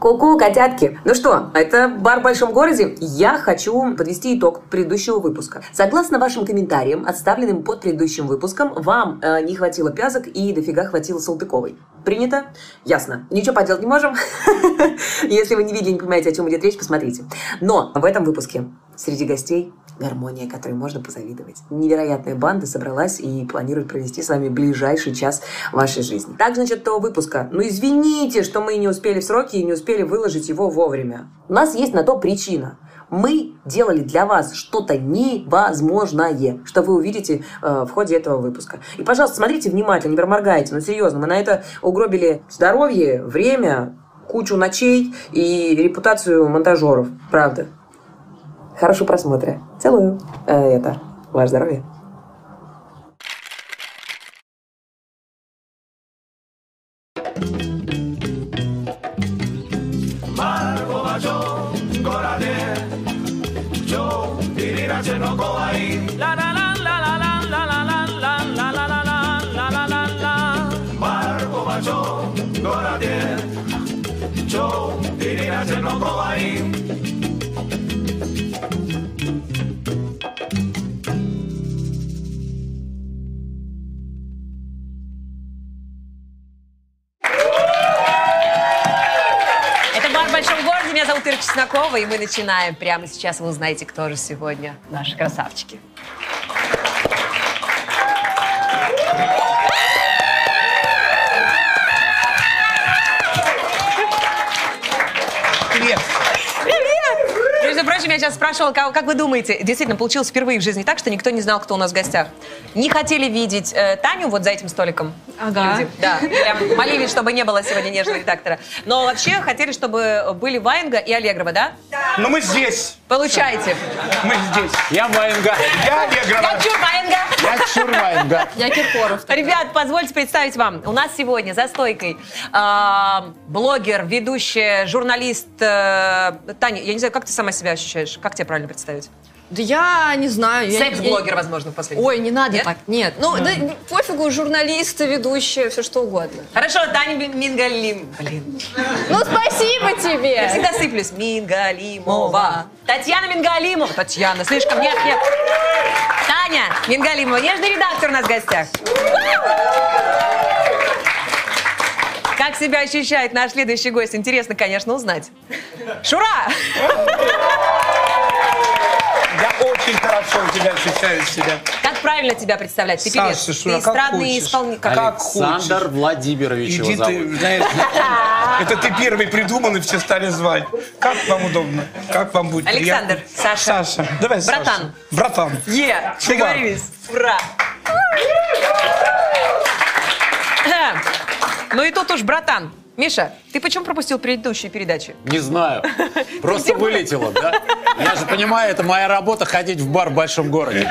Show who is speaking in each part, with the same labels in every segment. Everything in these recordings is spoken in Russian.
Speaker 1: Ку-ку, котятки! Ну что, это «Бар в большом городе». Я хочу подвести итог предыдущего выпуска. Согласно вашим комментариям, отставленным под предыдущим выпуском, вам э, не хватило пязок и дофига хватило Салтыковой. Принято? Ясно. Ничего поделать не можем. Если вы не видели, не понимаете, о чем идет речь, посмотрите. Но в этом выпуске среди гостей гармония, которой можно позавидовать. Невероятная банда собралась и планирует провести с вами ближайший час вашей жизни. Также насчет того выпуска. Ну извините, что мы не успели в сроки и не успели выложить его вовремя. У нас есть на то причина. Мы делали для вас что-то невозможное, что вы увидите э, в ходе этого выпуска. И, пожалуйста, смотрите внимательно, не проморгайте. Ну, серьезно, мы на это угробили здоровье, время, кучу ночей и репутацию монтажеров. Правда. Хорошего просмотра. Целую. Э, это, ваше здоровье.
Speaker 2: Это «Бар в большом городе». Меня зовут Ира Чеснокова, и мы начинаем. Прямо сейчас вы узнаете, кто же сегодня наши красавчики.
Speaker 3: Привет.
Speaker 2: Между прочим, я сейчас спрашивала, кого- как вы думаете, действительно, получилось впервые в жизни так, что никто не знал, кто у нас в гостях. Не хотели видеть э, Таню вот за этим столиком.
Speaker 4: Ага.
Speaker 2: люди. Да, прям молились, чтобы не было сегодня нежного редактора. Но вообще хотели, чтобы были Ваенга и Аллегрова, да?
Speaker 3: Но мы здесь.
Speaker 2: Получайте.
Speaker 3: Мы здесь.
Speaker 5: Я Ваенга.
Speaker 3: Я Аллегрова.
Speaker 2: Кончур Ваенга!
Speaker 5: Я Чурваенга.
Speaker 4: Я Киркоров.
Speaker 2: Ребят, позвольте представить вам. У нас сегодня за стойкой а, блогер, ведущая, журналист э, Таня. Я не знаю, как ты сама себя ощущаешь? Как тебя правильно представить?
Speaker 4: Да я не знаю. я-
Speaker 2: Секс-блогер, возможно, после.
Speaker 4: Ой, не надо
Speaker 2: Нет?
Speaker 4: так, нет. Ну, да не- пофигу, журналисты, ведущие, все что угодно.
Speaker 2: Хорошо, Таня Ми- Мингалим. Блин,
Speaker 4: Ну, спасибо
Speaker 2: я
Speaker 4: тебе!
Speaker 2: всегда сыплюсь. Мингалимова. Татьяна Мингалимова. Татьяна, слишком, нет, нет. Таня Мингалимова, нежный редактор у нас в гостях. Как себя ощущает наш следующий гость? Интересно, конечно, узнать. Шура!
Speaker 3: Я очень хорошо у тебя ощущаю себя.
Speaker 2: Как правильно тебя представлять? Ты
Speaker 3: Саша,
Speaker 2: певец, ты
Speaker 3: Шура, как
Speaker 2: эстрадный
Speaker 3: хочешь.
Speaker 2: исполнитель.
Speaker 3: Как
Speaker 5: Александр
Speaker 3: хочешь.
Speaker 5: Владимирович его
Speaker 3: Иди ты,
Speaker 5: зовут.
Speaker 3: знаешь, это ты первый придумал, и все стали звать. Как вам удобно? Как вам будет
Speaker 2: Александр,
Speaker 3: приятно?
Speaker 2: Саша.
Speaker 3: Саша, давай,
Speaker 2: Братан.
Speaker 3: Саша. Братан.
Speaker 2: Е,
Speaker 3: Чувак.
Speaker 2: договорились. Ура! Ну и тут уж, братан. Миша, ты почему пропустил предыдущие передачи?
Speaker 5: Не знаю. Просто вылетело, да? Я же понимаю, это моя работа ходить в бар в большом городе.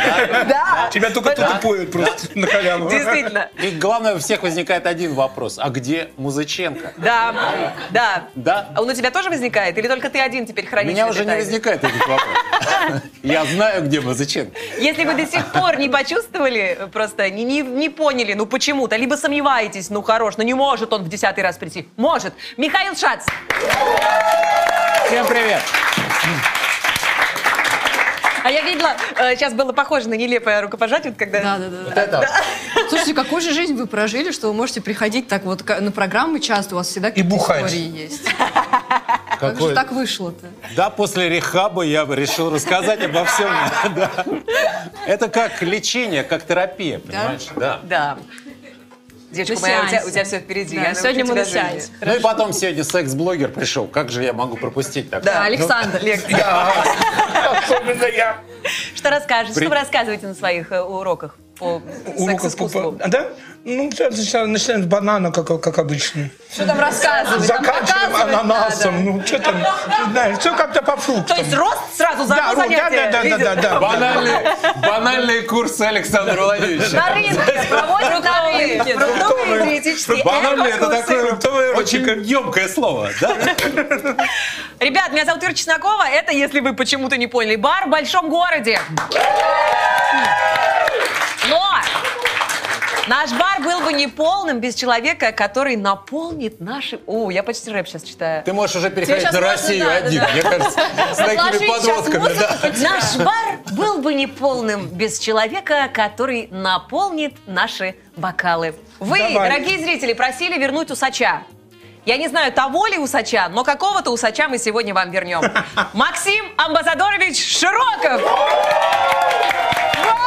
Speaker 5: да?
Speaker 3: Тебя только тупуют просто на халяву.
Speaker 2: Действительно.
Speaker 5: И главное, у всех возникает один вопрос. А где Музыченко?
Speaker 2: Да, да.
Speaker 5: Да?
Speaker 2: А он у тебя тоже возникает? Или только ты один теперь хранишь?
Speaker 5: Меня
Speaker 2: этой
Speaker 5: уже не
Speaker 2: тайны?
Speaker 5: возникает этот вопрос. Я знаю, где Музыченко.
Speaker 2: Если вы до сих пор не почувствовали, э, просто не, не, не поняли, ну почему-то, либо сомневаетесь, ну хорош, ну не может он в десятый раз прийти. Может. Михаил Шац.
Speaker 5: Всем привет.
Speaker 2: А я видела, э, сейчас было похоже на нелепое рукопожатие, вот когда...
Speaker 4: Да, да, да.
Speaker 5: Вот это.
Speaker 4: Слушайте, какую же жизнь вы прожили, что вы можете приходить так вот ка- на программы часто, у вас всегда какие-то
Speaker 3: бухать.
Speaker 4: истории есть. Как
Speaker 5: Какой-
Speaker 4: же так вышло-то?
Speaker 5: Да, после рехаба я бы решил рассказать обо всем. да. Это как лечение, как терапия, понимаешь? Да. Ну
Speaker 2: Да. Девочка
Speaker 4: На
Speaker 2: моя, у тебя,
Speaker 4: сеансе.
Speaker 2: все впереди.
Speaker 4: Да,
Speaker 2: Я научу
Speaker 4: сегодня мы
Speaker 2: тебя
Speaker 4: на
Speaker 2: жизни.
Speaker 4: сеансе.
Speaker 5: Ну и потом сегодня секс-блогер пришел. Как же я могу пропустить такое?
Speaker 4: Да,
Speaker 2: Ну,
Speaker 4: Александр.
Speaker 3: Особенно я.
Speaker 2: Что расскажешь?
Speaker 5: При-
Speaker 2: Что вы рассказываете на своих э, уроках по
Speaker 3: Уроков
Speaker 2: секс-искусству?
Speaker 3: попа- А, Да? Ну, сейчас сейчас начинаем с банана, как, как обычно.
Speaker 4: Что там
Speaker 2: А,
Speaker 4: рассказывать? Там
Speaker 3: Заканчиваем
Speaker 4: показывать
Speaker 3: ананасом.
Speaker 4: надо.
Speaker 3: Ну, что там, не знаю, все как-то по
Speaker 2: То
Speaker 3: фруктам.
Speaker 2: есть рост сразу за
Speaker 3: Да,
Speaker 2: одно
Speaker 3: Ром, да, да, да,
Speaker 2: занятие?
Speaker 3: да,
Speaker 2: видел?
Speaker 3: да, да.
Speaker 5: Банальные, банальные курсы Александра Владимировича.
Speaker 2: На рынке, проводят на рынке. Фруктовые и диетические
Speaker 5: Банальные, это
Speaker 2: экскурсы.
Speaker 5: такое
Speaker 3: Фруктовые
Speaker 5: очень емкое слово, да?
Speaker 2: Ребят, меня зовут Ира Чеснокова. Это, если вы почему-то не поняли, бар в большом городе. Но Наш бар был бы неполным без человека, который наполнит наши... О, я почти рэп сейчас читаю.
Speaker 5: Ты можешь уже переходить
Speaker 4: сейчас
Speaker 5: на
Speaker 4: можно,
Speaker 5: Россию
Speaker 4: да, да,
Speaker 5: один,
Speaker 4: да.
Speaker 5: мне кажется, с такими
Speaker 4: Отложить сейчас
Speaker 5: подводками, да.
Speaker 2: Наш бар был бы неполным без человека, который наполнит наши бокалы. Вы,
Speaker 3: Давай.
Speaker 2: дорогие зрители, просили вернуть усача. Я не знаю, того ли усача, но какого-то усача мы сегодня вам вернем. Максим Амбассадорович Широков! Вау! Вау!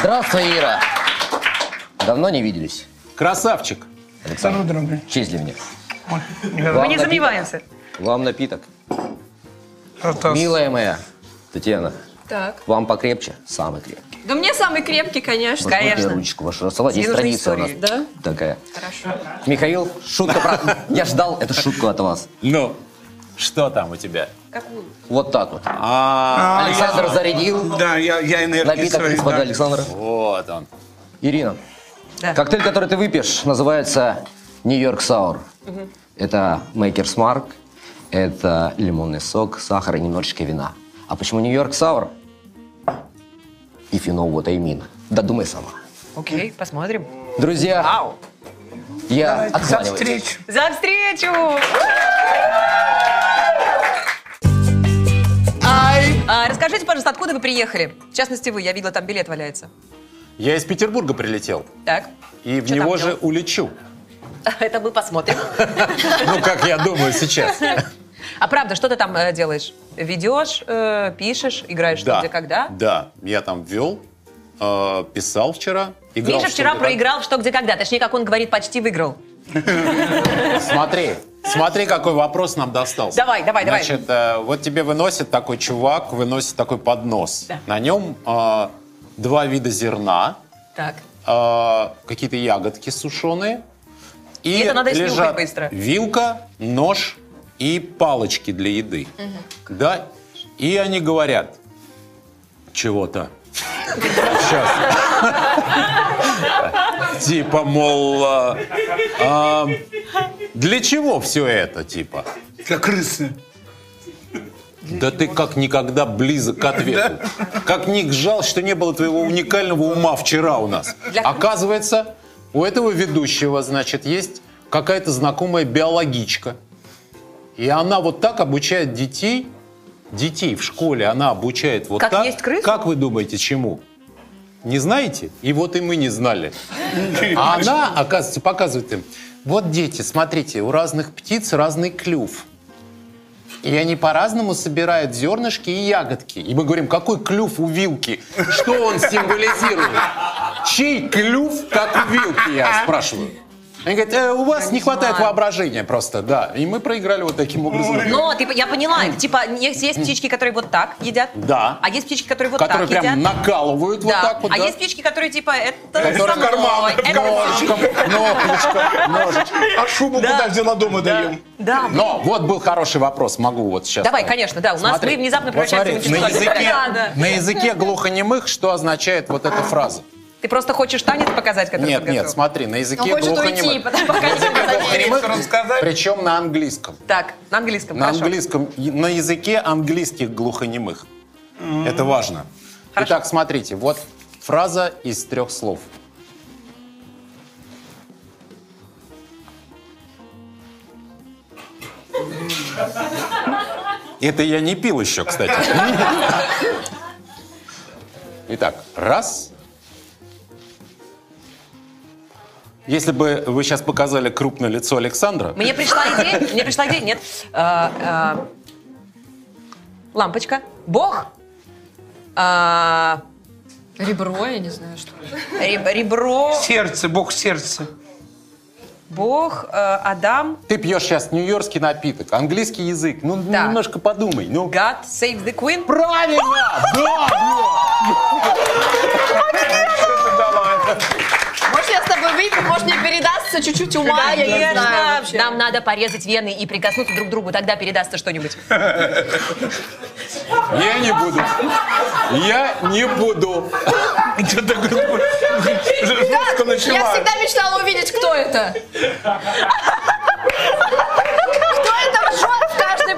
Speaker 6: Здравствуй, Ира. Давно не виделись.
Speaker 5: Красавчик.
Speaker 3: Здорово, дорогая.
Speaker 6: Чезли мне.
Speaker 2: Мы не
Speaker 6: напиток.
Speaker 2: сомневаемся.
Speaker 6: Вам напиток.
Speaker 3: Протас.
Speaker 6: Милая моя Татьяна,
Speaker 4: Так.
Speaker 6: вам покрепче? Самый крепкий.
Speaker 4: Да мне самый крепкий, конечно.
Speaker 6: Вот
Speaker 2: Конечно.
Speaker 6: я ручку вашу рассовать. Есть
Speaker 2: Денежные
Speaker 6: традиция у нас
Speaker 2: истории.
Speaker 4: Да?
Speaker 6: такая. Хорошо. Михаил, шутка про... Я ждал эту шутку от вас.
Speaker 5: Ну, что там у тебя?
Speaker 6: Вот так вот.
Speaker 5: А,
Speaker 3: А,
Speaker 6: Александр зарядил.
Speaker 3: Да, я, я энергией
Speaker 6: Напиток
Speaker 3: своей,
Speaker 6: из-под
Speaker 3: да.
Speaker 6: Александра.
Speaker 5: вот он.
Speaker 6: Ирина,
Speaker 2: Да.
Speaker 6: коктейль, который ты выпьешь, называется Нью-Йорк Саур. Это Maker's Mark, это лимонный сок, сахар и немножечко вина. А почему Нью-Йорк Саур? If you know what I mean. Додумай сама.
Speaker 2: Окей, посмотрим.
Speaker 6: Друзья,
Speaker 2: Вау!
Speaker 6: я
Speaker 3: До
Speaker 6: откланиваюсь.
Speaker 3: встречи.
Speaker 2: За встречу! А, расскажите, пожалуйста, откуда вы приехали? В частности, вы. Я видела, там билет валяется.
Speaker 5: Я из Петербурга прилетел.
Speaker 2: Так.
Speaker 5: И в
Speaker 2: Чё там
Speaker 5: него
Speaker 2: делал?
Speaker 5: же улечу.
Speaker 2: Это мы посмотрим.
Speaker 5: Ну, как я думаю сейчас.
Speaker 2: А правда, что ты там э, делаешь? Ведешь, э, пишешь, играешь что, где, когда?
Speaker 5: Да, я там вел, э, писал вчера. играл
Speaker 2: Миша
Speaker 5: в
Speaker 2: вчера
Speaker 5: что-то, да.
Speaker 2: проиграл в «Что, где, когда». Точнее, как он говорит, почти выиграл.
Speaker 5: Смотри, смотри, какой вопрос нам достался.
Speaker 2: Давай, давай, давай.
Speaker 5: Значит, э, вот тебе выносит такой чувак, выносит такой поднос.
Speaker 2: Да.
Speaker 5: На нем э, два вида зерна,
Speaker 2: Так.
Speaker 5: э, какие-то ягодки сушеные. И
Speaker 2: это надо с вилкой
Speaker 5: лежат
Speaker 2: быстро.
Speaker 5: вилка, нож и палочки для еды. Да, и они говорят чего-то. Сейчас. Типа, мол, а, а, для чего все это, типа?
Speaker 3: Как крысы.
Speaker 5: Да ты как никогда близок к ответу. Как Ник жал, что не было твоего уникального ума вчера у нас. Оказывается, у этого ведущего, значит, есть какая-то знакомая биологичка. И она вот так обучает детей, детей в школе она обучает вот
Speaker 2: Как
Speaker 5: так.
Speaker 2: есть крысу?
Speaker 5: Как вы думаете, чему? Не знаете? И вот и мы не знали. А она, оказывается, показывает им. Вот дети, смотрите, у разных птиц разный клюв. И они по-разному собирают зернышки и ягодки. И мы говорим, какой клюв у вилки? Что он символизирует? Чей клюв, как у вилки, я спрашиваю. Они говорят, «Э, у вас не хватает
Speaker 2: знаю.
Speaker 5: воображения просто, да. И мы проиграли вот
Speaker 3: Ну,
Speaker 5: таким образом.
Speaker 2: Но ты, я поняла, это типа есть, есть птички, которые вот так едят.
Speaker 5: Да.
Speaker 2: А есть птички, которые вот
Speaker 5: которые
Speaker 2: так едят.
Speaker 5: прям накалывают вот
Speaker 2: Да.
Speaker 5: так вот.
Speaker 2: а
Speaker 5: да.
Speaker 2: есть птички, которые типа это
Speaker 5: Которые
Speaker 2: со мной,
Speaker 3: карман,
Speaker 2: это со мной.
Speaker 5: Ножичком, ножичком, ножичком.
Speaker 3: А шубу куда, где на дома даем?
Speaker 2: Да.
Speaker 5: Но вот был хороший вопрос, могу вот сейчас.
Speaker 2: Давай, конечно, да. У нас
Speaker 5: Смотри,
Speaker 2: мы внезапно
Speaker 5: вот
Speaker 2: превращаемся в
Speaker 5: смотри, на
Speaker 2: интеллектуальный
Speaker 5: языке,
Speaker 2: проект. Да, да.
Speaker 5: на языке глухонемых что означает вот эта фраза?
Speaker 2: Ты просто хочешь танец показать, который
Speaker 5: Нет,
Speaker 2: подготовил?
Speaker 5: нет, смотри, на
Speaker 4: Он
Speaker 5: языке
Speaker 4: хочет уйти,
Speaker 5: глухонемых.
Speaker 4: потому- пока не
Speaker 3: Тебе
Speaker 5: Глухонемых,
Speaker 3: что рассказать?
Speaker 5: Причем на английском.
Speaker 2: Так, на английском,
Speaker 5: На
Speaker 2: хорошо.
Speaker 5: английском, и- на языке английских глухонемых. Это важно.
Speaker 2: Хорошо.
Speaker 5: Итак, смотрите, вот фраза из трех слов. Это я не пил еще, кстати. Итак, раз. Если бы вы сейчас показали крупное лицо Александра,
Speaker 2: Мне пришла идея, мне пришла идея, нет. А, а, Лампочка. Бог. А,
Speaker 4: Ребро, я не знаю, что.
Speaker 2: реб- Ребро.
Speaker 3: Сердце, бог сердца.
Speaker 2: Бог. э, Адам.
Speaker 5: Ты пьешь сейчас нью-йоркский напиток, английский язык. Ну, ну,
Speaker 2: Так.
Speaker 5: немножко подумай. Ну,
Speaker 2: God save the queen.
Speaker 5: правильно! Да,
Speaker 4: Может, я с тобой выйду, может, мне передастся чуть-чуть ума, я не знаю
Speaker 2: Конечно,
Speaker 4: вообще.
Speaker 2: нам надо порезать вены и прикоснуться друг к другу, тогда передастся что-нибудь.
Speaker 5: блин! Я не буду. Я не буду.
Speaker 3: Ты так жестко
Speaker 4: Я
Speaker 3: начала.
Speaker 4: всегда мечтала увидеть, кто это. Кто это жжет в каждой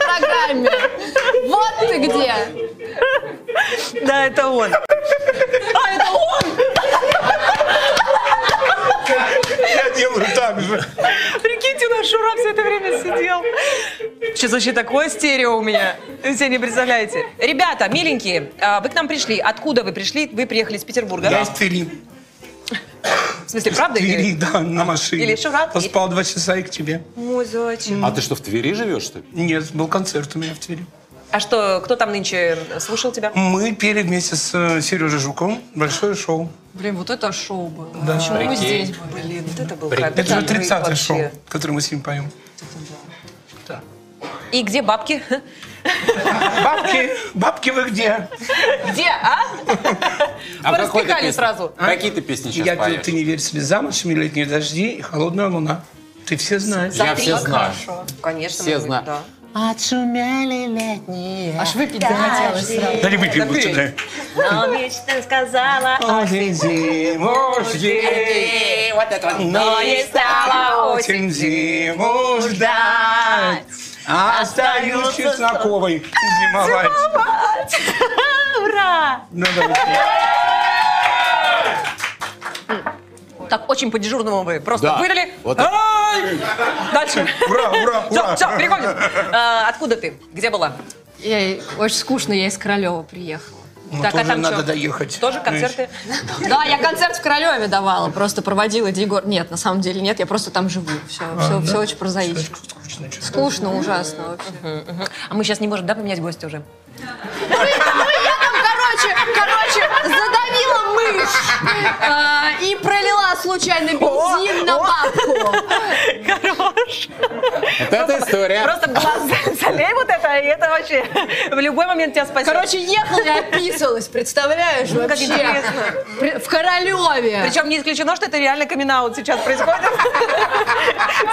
Speaker 4: ты где?
Speaker 2: Да, это он. А, это он!
Speaker 7: Я делаю так же.
Speaker 2: Прикиньте, у нас Шура все это время сидел. Сейчас вообще такое стерео у меня. Вы себе не представляете. Ребята, миленькие, а, вы к нам пришли. Откуда вы пришли? Вы приехали из Петербурга.
Speaker 7: Я из Твери.
Speaker 2: В смысле, правда?
Speaker 7: Твери,
Speaker 2: или-
Speaker 7: да, на машине.
Speaker 2: Или Шурат.
Speaker 7: Поспал два часа и к тебе.
Speaker 2: Мой зайчик.
Speaker 5: А ты что, в Твери живешь, что ли?
Speaker 7: Нет, был концерт у меня в Твери.
Speaker 2: А что, кто там нынче слушал тебя?
Speaker 7: Мы пели вместе с э, Сережей Жуковым большое шоу.
Speaker 4: Блин, вот это шоу было. Почему мы
Speaker 5: Прикинь.
Speaker 4: здесь были?
Speaker 2: Блин, вот это был
Speaker 5: Прикинь.
Speaker 2: капец.
Speaker 7: Это же
Speaker 2: Вы
Speaker 7: 30-е
Speaker 2: А вообще.
Speaker 7: шоу, которое мы с ним поем.
Speaker 2: И где бабки?
Speaker 7: Бабки, бабки вы где?
Speaker 2: Где, а?
Speaker 5: какой ты
Speaker 2: Пораспекали
Speaker 5: А песни-
Speaker 2: сразу.
Speaker 5: Какие ты песни сейчас
Speaker 7: Я пел
Speaker 5: поешь?
Speaker 7: «Ты не верь себе замуж», «Семилетние дожди» и «Холодная луна». Ты все знаешь.
Speaker 5: Я
Speaker 2: три.
Speaker 5: все знаю.
Speaker 2: Хорошо. Конечно,
Speaker 5: Все
Speaker 2: мы-
Speaker 5: знаю.
Speaker 2: да.
Speaker 5: Отшумели летние.
Speaker 4: Аж выпить захотелось. сразу.
Speaker 7: Да не выпьем лучше, да.
Speaker 2: Нам мечта сказала,
Speaker 7: Осень, зиму жди, но
Speaker 2: ей стала
Speaker 7: осень, зиму ждать. Остаюсь чесноковой зимовать.
Speaker 2: ура!
Speaker 7: Ну, да,
Speaker 2: Так, очень по-дежурному вы просто
Speaker 5: Да.
Speaker 2: выдали.
Speaker 5: Вот так.
Speaker 2: Ай! Дальше.
Speaker 7: Ура, ура,
Speaker 2: Все,
Speaker 7: ура.
Speaker 2: все, переходим. А, Откуда ты? Где была?
Speaker 4: Я и- очень скучно, я из Королева приехала.
Speaker 7: Ну,
Speaker 2: Так, а
Speaker 7: тоже
Speaker 2: там
Speaker 7: надо
Speaker 2: чё?
Speaker 7: доехать.
Speaker 2: Тоже
Speaker 7: Ну,
Speaker 2: концерты?
Speaker 4: Да, я концерт в Королеве давала, просто проводила день гор- Нет, на самом деле нет, я просто там живу. Все, все, все очень прозаично.
Speaker 7: Скучно чё-то.
Speaker 4: Скучно, ужасно вообще.
Speaker 2: А мы сейчас не можем, да, поменять гостя уже?
Speaker 4: Короче, короче, задавила мышь а, и пролила случайно бензин на бабку.
Speaker 2: Хорош.
Speaker 5: Вот это история.
Speaker 2: Просто в глаза залей вот это, и это вообще в любой момент тебя спасет.
Speaker 4: Короче, ехала и описывалась, представляешь,
Speaker 2: как
Speaker 4: вообще.
Speaker 2: интересно.
Speaker 4: При- В Королеве.
Speaker 2: Причем не исключено, что это реально камин сейчас происходит.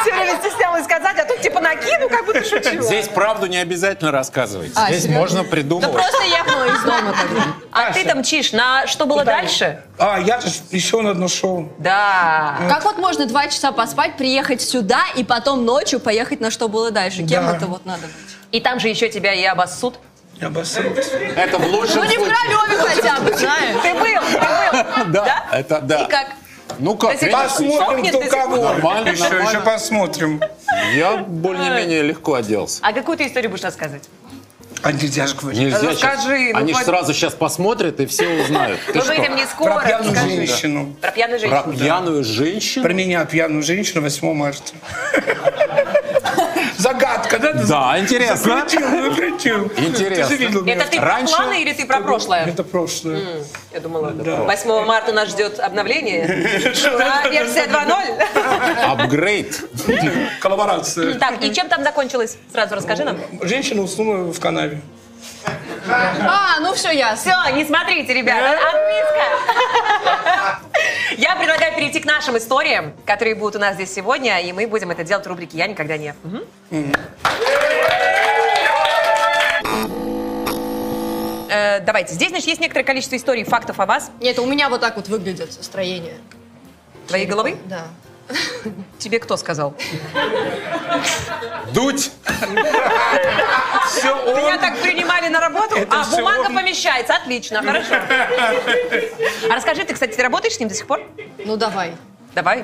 Speaker 2: Все время стеснялась сказать, а тут типа накину, как будто шучу.
Speaker 5: Здесь правду не обязательно рассказывать.
Speaker 4: А,
Speaker 5: Здесь
Speaker 4: серьезно?
Speaker 5: можно
Speaker 4: Да
Speaker 5: придумывать.
Speaker 4: просто ехала из дома тогда.
Speaker 2: А ты там чишь на что было дальше?
Speaker 7: А, я же еще на одно шоу.
Speaker 2: Да.
Speaker 4: Как вот можно два часа поспать, приехать сюда и потом ночью поехать на что было дальше? Кем
Speaker 7: Да.
Speaker 4: это вот надо быть?
Speaker 2: И там же еще тебя и обоссут.
Speaker 7: Я обосрался.
Speaker 5: Это в лучшем
Speaker 4: Ну не в
Speaker 5: случае.
Speaker 4: Королеве хотя бы, знаешь.
Speaker 2: Ты был, ты был.
Speaker 5: Да, это да.
Speaker 2: И как?
Speaker 5: Ну как,
Speaker 2: До сих пор
Speaker 5: видишь,
Speaker 7: Посмотрим,
Speaker 2: Сохнет
Speaker 7: кто
Speaker 2: до сих
Speaker 7: кого.
Speaker 5: Нормально,
Speaker 7: Еще,
Speaker 5: нормально.
Speaker 7: еще посмотрим.
Speaker 5: я более-менее легко оделся.
Speaker 2: А какую ты историю будешь рассказывать?
Speaker 7: А нельзя же говорить.
Speaker 5: Нельзя
Speaker 2: Расскажи,
Speaker 5: щас-
Speaker 2: ну,
Speaker 5: Они же
Speaker 2: хватит.
Speaker 5: сразу сейчас посмотрят и все узнают. Ты
Speaker 2: Мы
Speaker 5: что?
Speaker 2: выйдем не скоро.
Speaker 7: Про пьяную
Speaker 2: расскажи.
Speaker 7: женщину.
Speaker 2: Про пьяную
Speaker 5: Про
Speaker 2: женщину.
Speaker 5: пьяную женщину?
Speaker 7: Про меня, пьяную женщину, 8 марта. Загадка, да?
Speaker 5: Да, интересно.
Speaker 7: Запретил, запретил.
Speaker 5: Интересно.
Speaker 7: Ты же видел меня.
Speaker 2: Это ты
Speaker 5: Раньше-
Speaker 2: про планы или ты про прошлое?
Speaker 7: Это прошлое.
Speaker 2: Я думала, 8 марта нас ждет обновление. Шура, версия 2.0.
Speaker 5: Апгрейд.
Speaker 7: Коллаборация.
Speaker 2: Так, и чем там закончилось? Сразу расскажи нам.
Speaker 7: Женщина уснула в канаве.
Speaker 4: А, ну все ясно.
Speaker 2: Все, не смотрите, ребята, отписка. Я предлагаю перейти к нашим историям, которые будут у нас здесь сегодня, и мы будем это делать в рубрике «Я никогда не». Мгм. Э, Давайте. Здесь, значит, есть некоторое количество историй, фактов о вас,
Speaker 4: Нет, у меня вот так вот выглядит строение.
Speaker 2: твоей головы.
Speaker 4: Да.
Speaker 2: Тебе кто сказал?
Speaker 5: Дуть.
Speaker 7: Все,
Speaker 2: Меня
Speaker 7: он...
Speaker 2: так принимали на работу?
Speaker 7: Это
Speaker 2: А,
Speaker 7: всё
Speaker 2: бумага
Speaker 7: он.
Speaker 2: помещается, отлично, хорошо. А расскажи, ты, кстати, ты работаешь с ним до сих пор?
Speaker 4: Ну давай.
Speaker 2: Давай.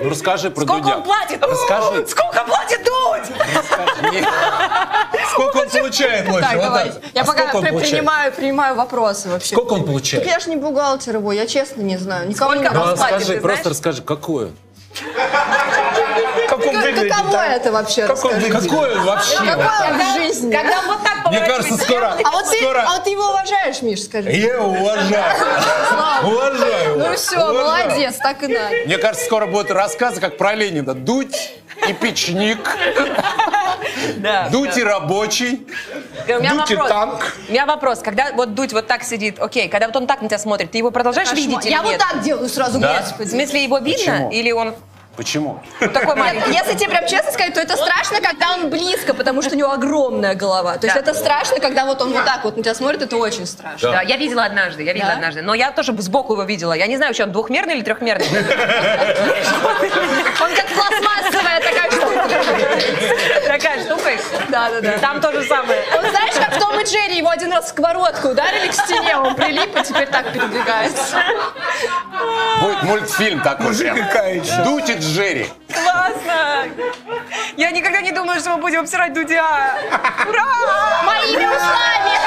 Speaker 5: Ну расскажи про
Speaker 2: Сколько
Speaker 5: Дудя.
Speaker 2: он платит?
Speaker 5: Расскажи.
Speaker 2: Сколько платит Дудь?
Speaker 5: Не,
Speaker 7: Сколько он получает, Лося?
Speaker 4: Так,
Speaker 7: Вот
Speaker 4: давай.
Speaker 7: так.
Speaker 4: Я
Speaker 5: А
Speaker 4: пока
Speaker 5: сколько он
Speaker 4: при-
Speaker 5: получает?
Speaker 4: принимаю, принимаю вопросы вообще.
Speaker 5: Сколько он
Speaker 4: Так
Speaker 5: получает?
Speaker 4: я ж не бухгалтер его, я честно не знаю. Никому
Speaker 2: Сколько
Speaker 4: не
Speaker 5: Ну
Speaker 2: он
Speaker 4: рассказываю.
Speaker 2: платит,
Speaker 5: расскажи,
Speaker 2: ты
Speaker 5: просто
Speaker 2: знаешь?
Speaker 5: расскажи, какую.
Speaker 7: Как он
Speaker 4: Как-
Speaker 7: выглядит,
Speaker 4: Каково
Speaker 7: да?
Speaker 4: это вообще?
Speaker 7: Как он
Speaker 4: расскажи?
Speaker 7: выглядит?
Speaker 5: Какое вообще?
Speaker 4: Какое он в жизни?
Speaker 2: Когда он вот так поворачивается,
Speaker 5: кажется, скоро.
Speaker 4: А вот, ты,
Speaker 5: Скоро.
Speaker 4: а вот ты его уважаешь, Миш, скажи.
Speaker 5: Я его уважаю. Уважаю.
Speaker 4: Ну все, молодец, так и надо.
Speaker 5: Мне кажется, скоро будут рассказы, как про Ленина. Дуть и печник,
Speaker 2: Да.
Speaker 5: дуть и рабочий.
Speaker 2: У меня
Speaker 7: Дудь и
Speaker 2: вопрос.
Speaker 7: танк.
Speaker 2: У меня вопрос. Когда вот Дудь вот так сидит, окей, когда вот он так на тебя смотрит, ты его продолжаешь видеть или
Speaker 4: Я вот
Speaker 2: нет?
Speaker 4: так делаю сразу,
Speaker 5: Да?
Speaker 2: В
Speaker 4: господи.
Speaker 2: смысле, его видно?
Speaker 5: Почему?
Speaker 2: Или он
Speaker 5: Почему?
Speaker 2: вот такой
Speaker 4: Нет,
Speaker 2: маленький?
Speaker 4: если тебе прям честно сказать, то это страшно, когда он близко, потому что у него огромная голова. То есть
Speaker 2: Да.
Speaker 4: это страшно, когда вот он вот так вот на тебя смотрит, это очень страшно.
Speaker 2: Да, я видела однажды, я видела
Speaker 4: Да?
Speaker 2: однажды. Но я тоже сбоку его видела. Я не знаю, вообще он двухмерный или трехмерный.
Speaker 4: Он как пластмассовая такая штука.
Speaker 2: Такая штука. Да, да, да. Там то же самое.
Speaker 4: Вот знаешь, как в Том и Джерри его один раз в сковородку ударили к стене, он прилип и теперь так передвигается.
Speaker 5: Будет мультфильм такой.
Speaker 3: Мужик
Speaker 5: прям.
Speaker 3: и кается.
Speaker 5: Дудь и Джерри.
Speaker 2: Классно! Я никогда не думала, что мы будем обсирать Дудя. Ура!
Speaker 4: Моими устами!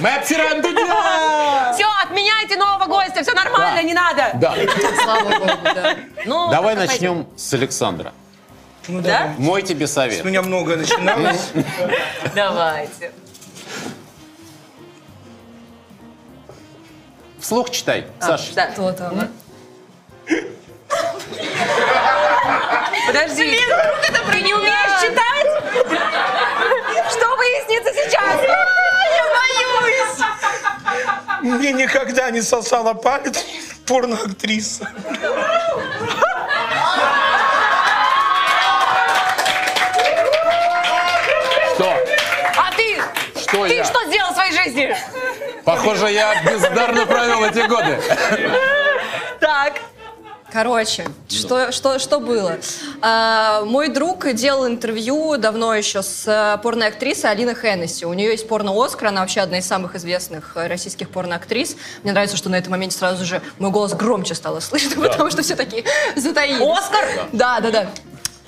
Speaker 5: Мы обсираем Дудя!
Speaker 2: Все, отменяйте нового гостя, все нормально,
Speaker 5: Да.
Speaker 2: не надо.
Speaker 5: Да.
Speaker 4: Слава богу, да.
Speaker 2: Ну,
Speaker 5: Давай
Speaker 2: как
Speaker 5: начнем с Александра.
Speaker 3: Ну,
Speaker 2: Да?
Speaker 5: Мой тебе
Speaker 3: У
Speaker 5: совет.
Speaker 3: меня многое начиналось.
Speaker 2: пойдём. Давайте.
Speaker 5: Вслух читай, Саша.
Speaker 2: Да. Подожди. Блин, вдруг это Ты не умеешь читать? Что выяснится сейчас? Я боюсь.
Speaker 3: Мне никогда не сосала палец порноактриса.
Speaker 5: Что?
Speaker 2: А ты?
Speaker 5: Что
Speaker 2: Ты
Speaker 5: я?
Speaker 2: что сделал в своей жизни?
Speaker 5: Похоже, я бездарно провел эти годы.
Speaker 2: Так.
Speaker 4: Короче, что, что, что было? А, мой друг делал интервью давно еще с э, порноактрисой Алиной Хеннесси. У нее есть порно-Оскар, она вообще одна из самых известных э, российских порноактрис. Мне нравится, что на этом моменте сразу же мой голос громче стало слышно, потому что все такие затаились.
Speaker 2: Оскар?
Speaker 4: Да, да, да.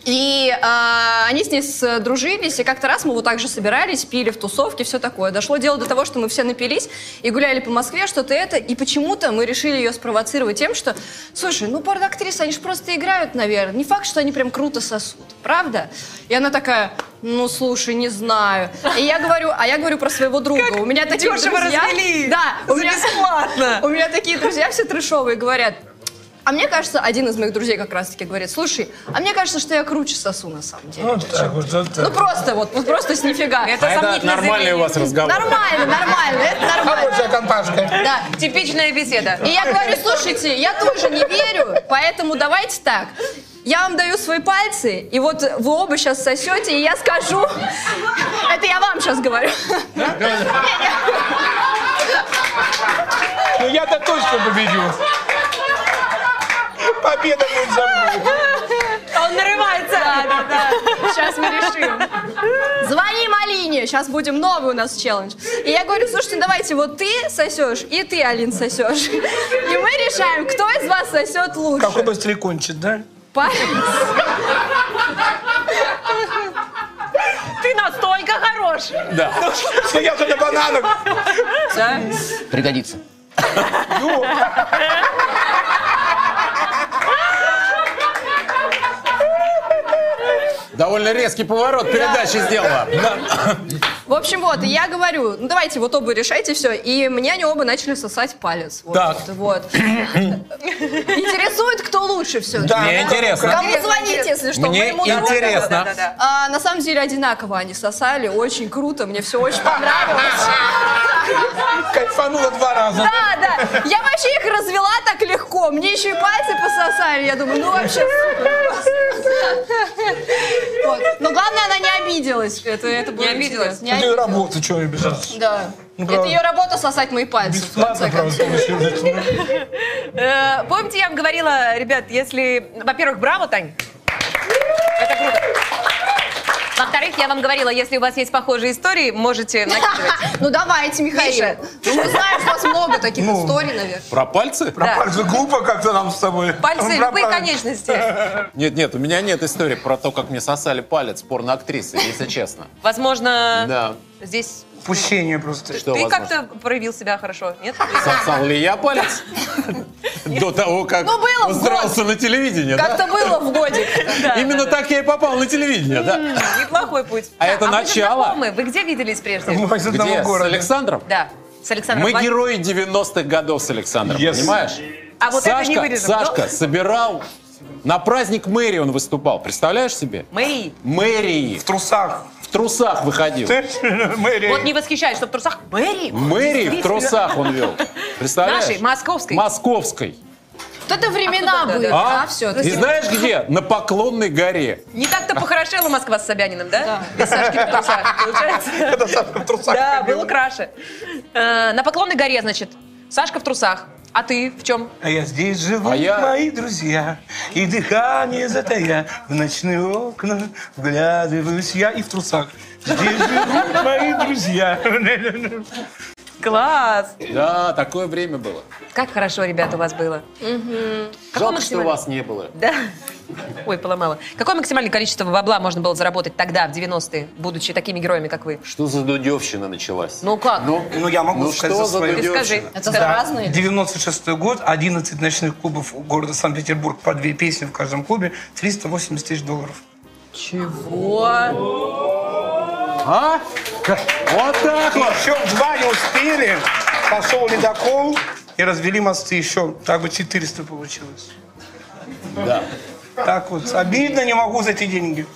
Speaker 4: И а, они с ней сдружились, и как-то раз мы вот так же собирались, пили в тусовке, все такое. Дошло дело до того, что мы все напились и гуляли по Москве, что-то это, и почему-то мы решили ее спровоцировать тем, что, слушай, ну порноактрисы, они же просто играют, наверное. Не факт, что они прям круто сосут, правда? И она такая, ну слушай, не знаю. И я говорю, а я говорю про своего друга. у меня такие
Speaker 2: дешево
Speaker 4: друзья.
Speaker 2: развели.
Speaker 4: Да, у
Speaker 2: За
Speaker 4: меня-
Speaker 2: бесплатно.
Speaker 4: у меня такие друзья все трешовые говорят. А мне кажется, один из моих друзей как раз-таки говорит, слушай, а мне кажется, что я круче сосу на самом деле.
Speaker 3: Вот так вот, вот
Speaker 4: Ну
Speaker 3: так.
Speaker 4: просто вот, вот просто с нифига.
Speaker 2: Это
Speaker 5: А это
Speaker 2: сомнительное
Speaker 5: нормальный у
Speaker 2: заявление.
Speaker 5: вас разговор.
Speaker 4: Нормально, нормально, это
Speaker 3: Вот
Speaker 4: нормально.
Speaker 3: вся компашка.
Speaker 4: Да.
Speaker 2: Типичная беседа.
Speaker 4: И я говорю, слушайте, я тоже не верю, поэтому давайте так. Я вам даю свои пальцы, и вот вы оба сейчас сосете, и я скажу. Это я вам сейчас говорю.
Speaker 3: Ну я-то точно победю. Победа будет за мной.
Speaker 2: Он нарывается.
Speaker 4: Сейчас мы решим. Звоним Алине, сейчас будем новый у нас челлендж. И я говорю, слушайте, ну давайте вот ты сосешь, и ты, Алин, сосешь. И мы решаем, кто из вас сосет лучше.
Speaker 3: Какой быстрее кончит, да?
Speaker 4: Палец.
Speaker 2: Ты настолько хорош.
Speaker 5: Да.
Speaker 3: Что я тут на бананах?
Speaker 6: Пригодится.
Speaker 5: Довольно резкий поворот передачи сделала.
Speaker 4: В общем, вот, и я говорю, ну давайте вот оба решайте все. И мне они оба начали сосать палец. Вот,
Speaker 5: Так.
Speaker 4: вот. Интересует, кто лучше все.
Speaker 3: Да.
Speaker 5: Мне интересно.
Speaker 4: Кому звонить, если что?
Speaker 5: Мне
Speaker 4: Моему другу.
Speaker 5: интересно.
Speaker 4: А, на самом деле одинаково они сосали, очень круто, мне все очень понравилось.
Speaker 3: Кайфанула два раза.
Speaker 4: Да, да. Я вообще их развела так легко. Мне еще и пальцы пососали. Я думаю, ну вообще супер. Вот. Но главное, она не обиделась. Это, это было
Speaker 2: Не обиделась?
Speaker 4: интересно. Не
Speaker 3: Это ее работа, чего обижаться?
Speaker 4: Да.
Speaker 3: Ну,
Speaker 4: это
Speaker 3: правда.
Speaker 4: ее работа сосать мои пальцы. в конце
Speaker 3: Бесплатно, правда, получилось.
Speaker 2: Э, Помните, я вам говорила, ребят, если... Во-первых, браво, Тань. Это круто. Во-вторых, я вам говорила, если у вас есть похожие истории, можете накидывать.
Speaker 4: концов. Ну давайте, Михаил.
Speaker 2: Миша.
Speaker 4: Ну, мы знаем, что у вас много таких
Speaker 3: Ну.
Speaker 4: историй, наверное.
Speaker 5: Про пальцы?
Speaker 3: Про пальцы глупо как-то нам с тобой.
Speaker 2: Пальцы,
Speaker 3: Про
Speaker 2: любые
Speaker 3: палец.
Speaker 2: конечности.
Speaker 5: Нет, нет, у меня нет истории про то, как мне сосали палец порноактрисы, если честно.
Speaker 2: Возможно,
Speaker 5: Да.
Speaker 2: здесь
Speaker 3: Пущение просто.
Speaker 5: Что
Speaker 2: ты
Speaker 5: возможно?
Speaker 2: как-то проявил себя хорошо, нет?
Speaker 5: Сосал ли я палец? До того, как
Speaker 4: Ну, было в
Speaker 5: устроился на телевидение, да?
Speaker 4: Как-то было в годик.
Speaker 5: Именно так я и попал на телевидение, да?
Speaker 2: Неплохой путь.
Speaker 5: А
Speaker 2: вы
Speaker 5: это
Speaker 2: же
Speaker 5: начало.
Speaker 2: знакомы? Вы где виделись прежде?
Speaker 3: Мы из
Speaker 5: Где?
Speaker 3: одного
Speaker 5: С
Speaker 3: города.
Speaker 5: Александром?
Speaker 2: Да. С Александром.
Speaker 5: Мы
Speaker 2: Ван-
Speaker 5: герои 90-х годов с Александром,
Speaker 3: Yes.
Speaker 5: понимаешь?
Speaker 2: А вот это не
Speaker 5: Сашка,
Speaker 2: вырежем.
Speaker 5: Сашка
Speaker 2: Ну,
Speaker 5: собирал... На праздник мэрии он выступал, представляешь себе?
Speaker 2: Мэри.
Speaker 5: Мэрии.
Speaker 3: В трусах.
Speaker 5: В трусах выходил.
Speaker 3: Ты, Мэри.
Speaker 2: Вот не восхищаюсь, что в трусах Мэри.
Speaker 5: Мэрии в
Speaker 2: Действительно.
Speaker 5: трусах он вел. Представляешь?
Speaker 2: Нашей, московской.
Speaker 5: Московской.
Speaker 4: Вот это времена
Speaker 2: да, да,
Speaker 4: были,
Speaker 5: А?
Speaker 4: да, все.
Speaker 5: И знаешь где? На Поклонной горе.
Speaker 2: Не так-то похорошела Москва с Собяниным, да? Без Сашки в трусах, получается?
Speaker 3: Когда Саша в трусах
Speaker 2: Да,
Speaker 3: ходила.
Speaker 2: было краше. Э, На Поклонной горе, значит, Сашка в трусах. А ты в чем?
Speaker 7: А я здесь живу,
Speaker 5: А я-
Speaker 7: мои друзья, и дыхание затая, в ночные окна вглядываюсь я и в трусах. Здесь живут мои друзья.
Speaker 2: Класс!
Speaker 5: Да, такое время было.
Speaker 2: Как хорошо, ребята, у вас было.
Speaker 5: Жалко, что
Speaker 2: максимально?
Speaker 5: вас не было.
Speaker 2: Да. Ой, поломала. Какое максимальное количество бабла можно было заработать тогда, в 90-е, будучи такими героями, как вы?
Speaker 5: Что за дудевщина началась?
Speaker 2: Ну как?
Speaker 7: Ну, я могу
Speaker 5: Ну,
Speaker 7: сказать
Speaker 5: что
Speaker 7: за
Speaker 5: за
Speaker 7: свою-
Speaker 2: Ты
Speaker 5: дудевщина?
Speaker 2: скажи.
Speaker 4: Это
Speaker 7: Да.
Speaker 4: разные.
Speaker 7: 96 год, 11 ночных клубов города Санкт-Петербург, по две песни в каждом клубе, 380 тысяч долларов.
Speaker 2: Чего?
Speaker 5: А? Вот так вот.
Speaker 7: Еще два не успели, пошел ледокол, и развели мосты еще, так бы 400 получилось.
Speaker 5: Да,
Speaker 7: Так вот, обидно, не могу за эти деньги,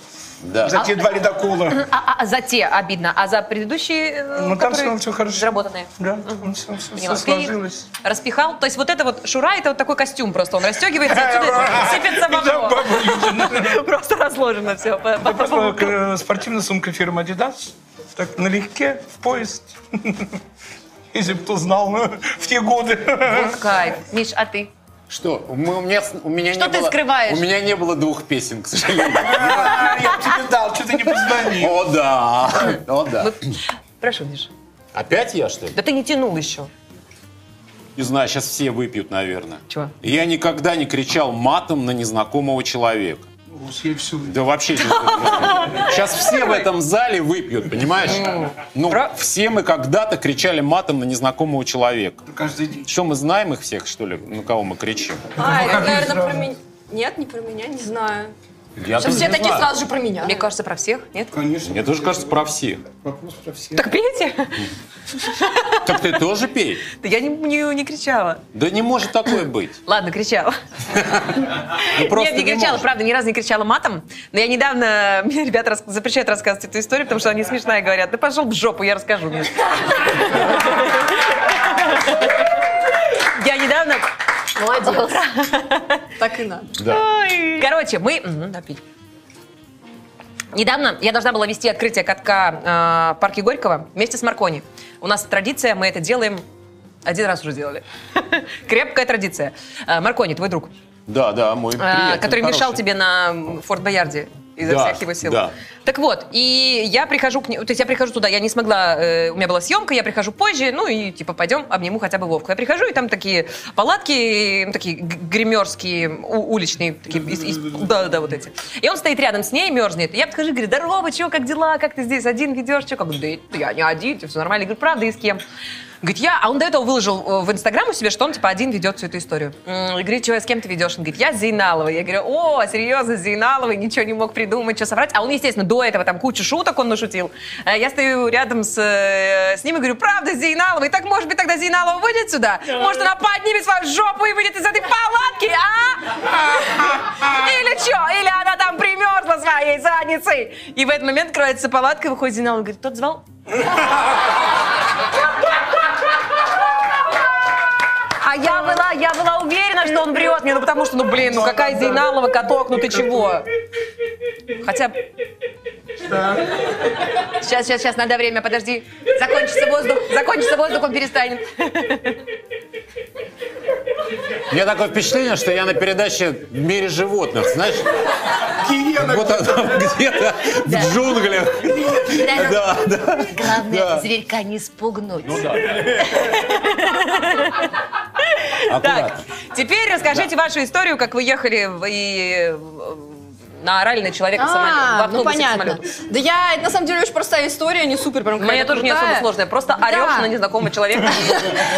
Speaker 5: да.
Speaker 7: за те два ледокола.
Speaker 2: А, а- а за те обидно, а за предыдущие, э,
Speaker 7: Ну, там
Speaker 2: которые
Speaker 7: всё- всё хорошо.
Speaker 2: заработанные?
Speaker 7: Да, все, все,
Speaker 2: Поняла. Ты
Speaker 7: сложилось.
Speaker 2: распихал, то есть вот это вот Шура, это вот такой костюм просто, он расстегивается, отсюда сыпется бабло. Просто разложено все.
Speaker 7: Да просто э, спортивная сумка фирмы Adidas. Так налегке, в поезд. Если бы кто знал ну, в те годы.
Speaker 2: Кайф. Миш, а ты?
Speaker 5: Что? Мы- у меня, с- у меня
Speaker 2: Что
Speaker 5: не
Speaker 2: ты
Speaker 5: было,
Speaker 2: скрываешь?
Speaker 5: У меня не было двух песен, к сожалению.
Speaker 7: Я тебе дал, что ты не позвонил.
Speaker 5: О да, о да.
Speaker 2: Прошу, Миш.
Speaker 5: Опять я, что ли?
Speaker 2: Да ты не тянул еще.
Speaker 5: Не знаю, сейчас все выпьют, наверное.
Speaker 2: Чего?
Speaker 5: Я никогда не кричал матом на незнакомого человека.
Speaker 7: Я всю
Speaker 5: Да вообще сейчас все в этом зале выпьют, понимаешь? Ну, все мы когда-то кричали матом на незнакомого человека.
Speaker 7: каждый день.
Speaker 5: Что, мы знаем их всех, что ли, на кого мы кричим?
Speaker 4: А, это, наверное,
Speaker 7: сразу.
Speaker 4: про меня. Нет, не про меня, не знаю.
Speaker 5: Я
Speaker 4: Сейчас
Speaker 5: тоже
Speaker 4: все
Speaker 5: А не
Speaker 4: такие
Speaker 5: знаю.
Speaker 4: сразу же про меня.
Speaker 2: Мне кажется, про всех, нет?
Speaker 7: Конечно,
Speaker 5: Мне тоже кажется, про всех.
Speaker 7: вопрос про всех.
Speaker 2: Так пейте.
Speaker 5: Так ты тоже пей.
Speaker 2: Да я не, не, не кричала.
Speaker 5: Да не может такое быть.
Speaker 2: Ладно, кричала.
Speaker 5: Ну, просто
Speaker 2: Нет, не кричала,
Speaker 5: может.
Speaker 2: правда, ни разу не кричала матом. Но я недавно, мне ребята рас- запрещают рассказывать эту историю, потому что они смешная говорят. Да пошел в жопу, я расскажу. Миш». Я недавно...
Speaker 4: Молодец. Так и надо.
Speaker 5: Да.
Speaker 2: Короче, мы... Мгм, да, пить. Недавно я должна была вести открытие катка э, в парке Горького вместе с Маркони. У нас традиция, мы это делаем... Один раз уже делали. Крепкая традиция. Э, Маркони, твой друг.
Speaker 5: Да, да, мой
Speaker 2: А,
Speaker 5: приятель
Speaker 2: который мешал
Speaker 5: хороший.
Speaker 2: тебе на Форт Боярде изо
Speaker 5: Да,
Speaker 2: всех его сил.
Speaker 5: да.
Speaker 2: Так вот, и я прихожу к ней, то есть я прихожу туда, я не смогла, э, у меня была съемка, я прихожу позже, ну и типа пойдем обниму хотя бы Вовку. Я прихожу, и там такие палатки, ну, такие г- гримерские, у- уличные, такие, из- из- да, да, вот эти. И он стоит рядом с ней, мерзнет. И я подхожу, говорю, здорово, чё, как дела, как ты здесь один ведешь, чё? Как, да я не один, все нормально. Я говорю, правда, и с кем? Говорит, я, а он до этого выложил э, в Инстаграм у себя, что он типа один ведет всю эту историю. М, И говорит, что, с кем ты ведешь? Он говорит, я с Зейналовой. Я говорю, о, серьезно, с Зейналовой, ничего не мог придумать, что соврать. А он, естественно, до этого там кучу шуток он нашутил. А Я стою рядом с, э, с ним и говорю, правда, с Зейналовой? Так может быть тогда Зейналова выйдет сюда? Может она поднимет свою жопу и выйдет из этой палатки, а? Или что? Или она там примерзла своей задницей? И в этот момент кроется палатка, выходит Зейналова, говорит, тот звал? А я была, я была уверена, что он врет мне, ну потому что, ну блин, ну какая Зейналова, каток, ну ты чего? Хотя... Сейчас, сейчас, сейчас, надо время, подожди. Закончится воздух, закончится воздух, он перестанет.
Speaker 5: У меня такое впечатление, что я на передаче в мире животных, знаешь? Вот она где-то в джунглях. Да, да.
Speaker 8: Главное,
Speaker 5: Да.
Speaker 8: зверька не спугнуть.
Speaker 5: Аккуратно.
Speaker 2: Так, теперь расскажите вашу историю, как вы ехали в- и э, наорали на человека в самолете, в
Speaker 4: А, ну
Speaker 2: автобусе к
Speaker 4: понятно.
Speaker 2: самолету.
Speaker 4: Да я, это на самом деле, очень простая история, не супер прям
Speaker 2: Моя
Speaker 4: какая-то
Speaker 2: тоже не особо
Speaker 4: крутая.
Speaker 2: сложная, просто орешь
Speaker 4: Да.
Speaker 2: на незнакомого человека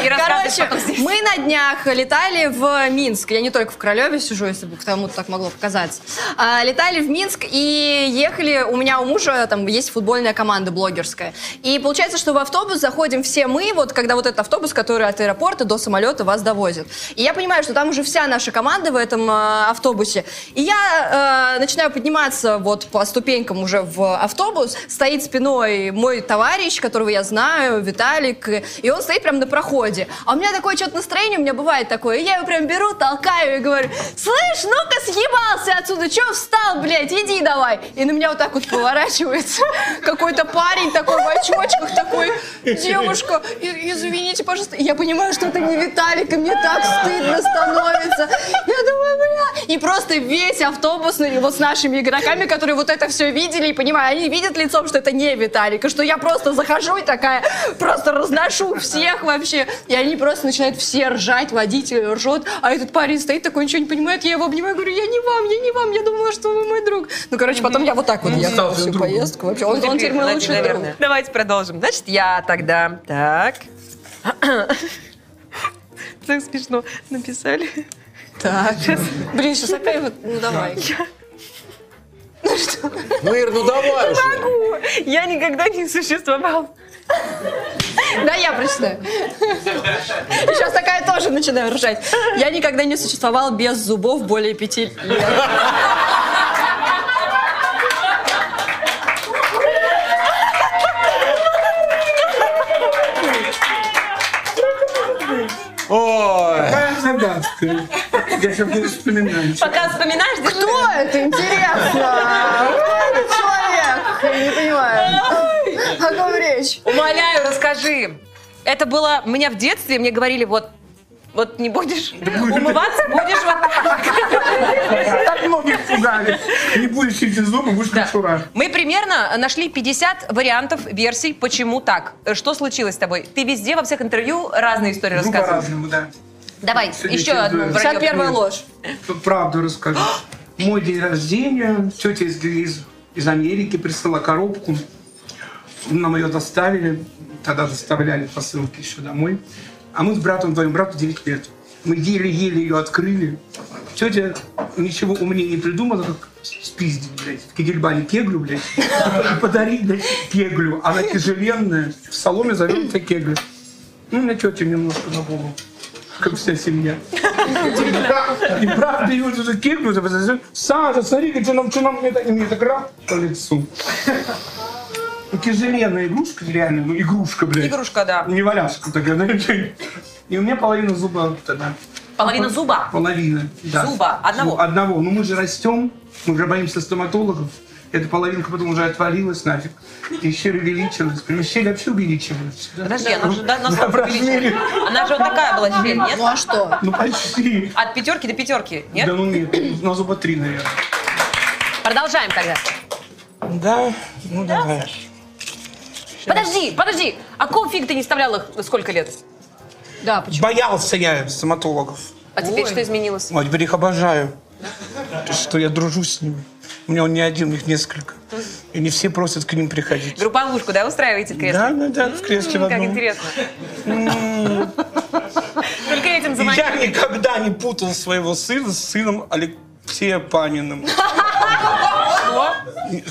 Speaker 2: и рассказываешь
Speaker 4: Короче,
Speaker 2: потом здесь.
Speaker 4: мы на днях летали в Минск. Я не только в Королеве сижу, если бы кому-то так могло показаться. А, летали в Минск и ехали. У меня у мужа там есть футбольная команда блогерская. И получается, что в автобус заходим все мы, вот когда вот этот автобус, который от аэропорта до самолета вас довозит. И я понимаю, что там уже вся наша команда в этом а, автобусе. И я э, начинаю начинаю подниматься вот по ступенькам уже в автобус, стоит спиной мой товарищ, которого я знаю, Виталик, и- и он стоит прям на проходе. А у меня такое что-то настроение, у меня бывает такое, и я его прям беру, толкаю и говорю, слышь, ну-ка съебался отсюда, чё встал, блядь, иди давай. И на меня вот так вот поворачивается какой-то парень такой в очочках, такой, девушка, и- извините, пожалуйста. И Я понимаю, что это не Виталик, и мне так стыдно становится. Я думаю, бля. И просто весь автобус на него с нашими игроками, которые вот это все видели и понимаю, они видят лицом, что это не Виталик, и что я просто захожу и такая, просто разношу всех вообще. И они просто начинают все ржать, водитель ржет, а этот парень стоит такой, ничего не понимает, я его обнимаю, говорю, я не вам, я не вам, я думала, что вы мой друг. Ну, короче, потом я вот так вот
Speaker 7: Ну,
Speaker 4: ехала
Speaker 7: стал
Speaker 4: всю
Speaker 7: ты другом.
Speaker 4: поездку. Вообще, он, он теперь мой лучший друг.
Speaker 2: наверное. Давайте продолжим. Значит, я тогда. Так. Так смешно написали.
Speaker 4: Так. Блин, сейчас опять вот, ну давай.
Speaker 5: Ну, Ир, ну давай уже.
Speaker 2: Я никогда не существовал.
Speaker 4: Да, я прочитаю. Сейчас такая тоже начинаю ржать. Я никогда не существовал без зубов более пяти лет.
Speaker 5: Ой.
Speaker 7: Какая загадка. Я сейчас буду вспоминать.
Speaker 2: Пока вспоминаешь, здесь
Speaker 4: Кто это? Интересно. Ой, ну Человек. Не понимаю. О ком речь?
Speaker 2: Умоляю, расскажи. Это было... У меня в детстве мне говорили, вот, вот не будешь умываться, будешь вот так.
Speaker 7: Так многих пугали. Не будешь чистить зубы, будешь как шураш.
Speaker 2: Мы примерно нашли 50 вариантов версий, почему так. Э, Что случилось с тобой? Ты везде, во всех интервью, разные истории
Speaker 7: Ну,
Speaker 2: рассказываешь.
Speaker 7: по-разному, да.
Speaker 2: Давай,
Speaker 7: Сегодня
Speaker 2: еще
Speaker 7: через
Speaker 4: э,
Speaker 2: одну.
Speaker 7: две.
Speaker 2: враньё.
Speaker 4: 51 ложь.
Speaker 7: Правду расскажу. Мой день рождения. Тетя из, из, из Америки прислала коробку. Нам ее доставили. Тогда доставляли посылки еще домой. А мы с братом, двоим брату 9 лет. Мы еле-еле ее открыли. Тетя ничего умнее не придумала, как спиздить, блядь. В Кегельбане кеглю, блядь. И Подарить, блядь, кеглю. Она тяжеленная. В соломе завернута кегля. Ну, на тетю немножко на голову. Как вся семья. И правда, его тут кикнулся, потому что Саша, смотри, что нам, что нам, мне так, мне так раз по лицу. Тяжеленная игрушка, реально, ну, игрушка, блядь. Ну,
Speaker 2: Игрушка, да.
Speaker 7: Не валяшка такая, знаете. И у меня половина зуба тогда.
Speaker 2: Половина зуба.
Speaker 7: Половина, да.
Speaker 2: Зуба, одного?
Speaker 7: Зуб одного. Ну, мы же растем, мы уже боимся стоматологов. Эта половинка потом уже отвалилась нафиг. И еще увеличилась. Понимаешь, щель вообще увеличивалась.
Speaker 2: Подожди, она же да,
Speaker 7: Да, в
Speaker 2: настолько
Speaker 7: размере.
Speaker 2: увеличена. Она же вот такая была теперь, нет?
Speaker 4: Ну а что?
Speaker 7: Ну, почти.
Speaker 2: От пятерки до пятерки, нет?
Speaker 7: Да ну нет, на зуба три, наверное.
Speaker 2: Продолжаем тогда.
Speaker 7: Да, ну давай.
Speaker 2: Подожди, подожди. А кого фиг ты не вставлял их сколько лет?
Speaker 4: Да, почему?
Speaker 7: Боялся я стоматологов.
Speaker 2: А теперь что изменилось?
Speaker 7: Ой, теперь их обожаю. Ты Что я дружу с ними. У меня он не один, их несколько. И не все просят к ним приходить.
Speaker 2: Групповушку, да, устраиваете кресло?
Speaker 7: Да, да, да, в кресле в
Speaker 2: М, Как
Speaker 7: одном.
Speaker 2: интересно. Только этим
Speaker 7: И я
Speaker 2: заманили.
Speaker 7: никогда не путал своего сына с сыном Алексея Паниным.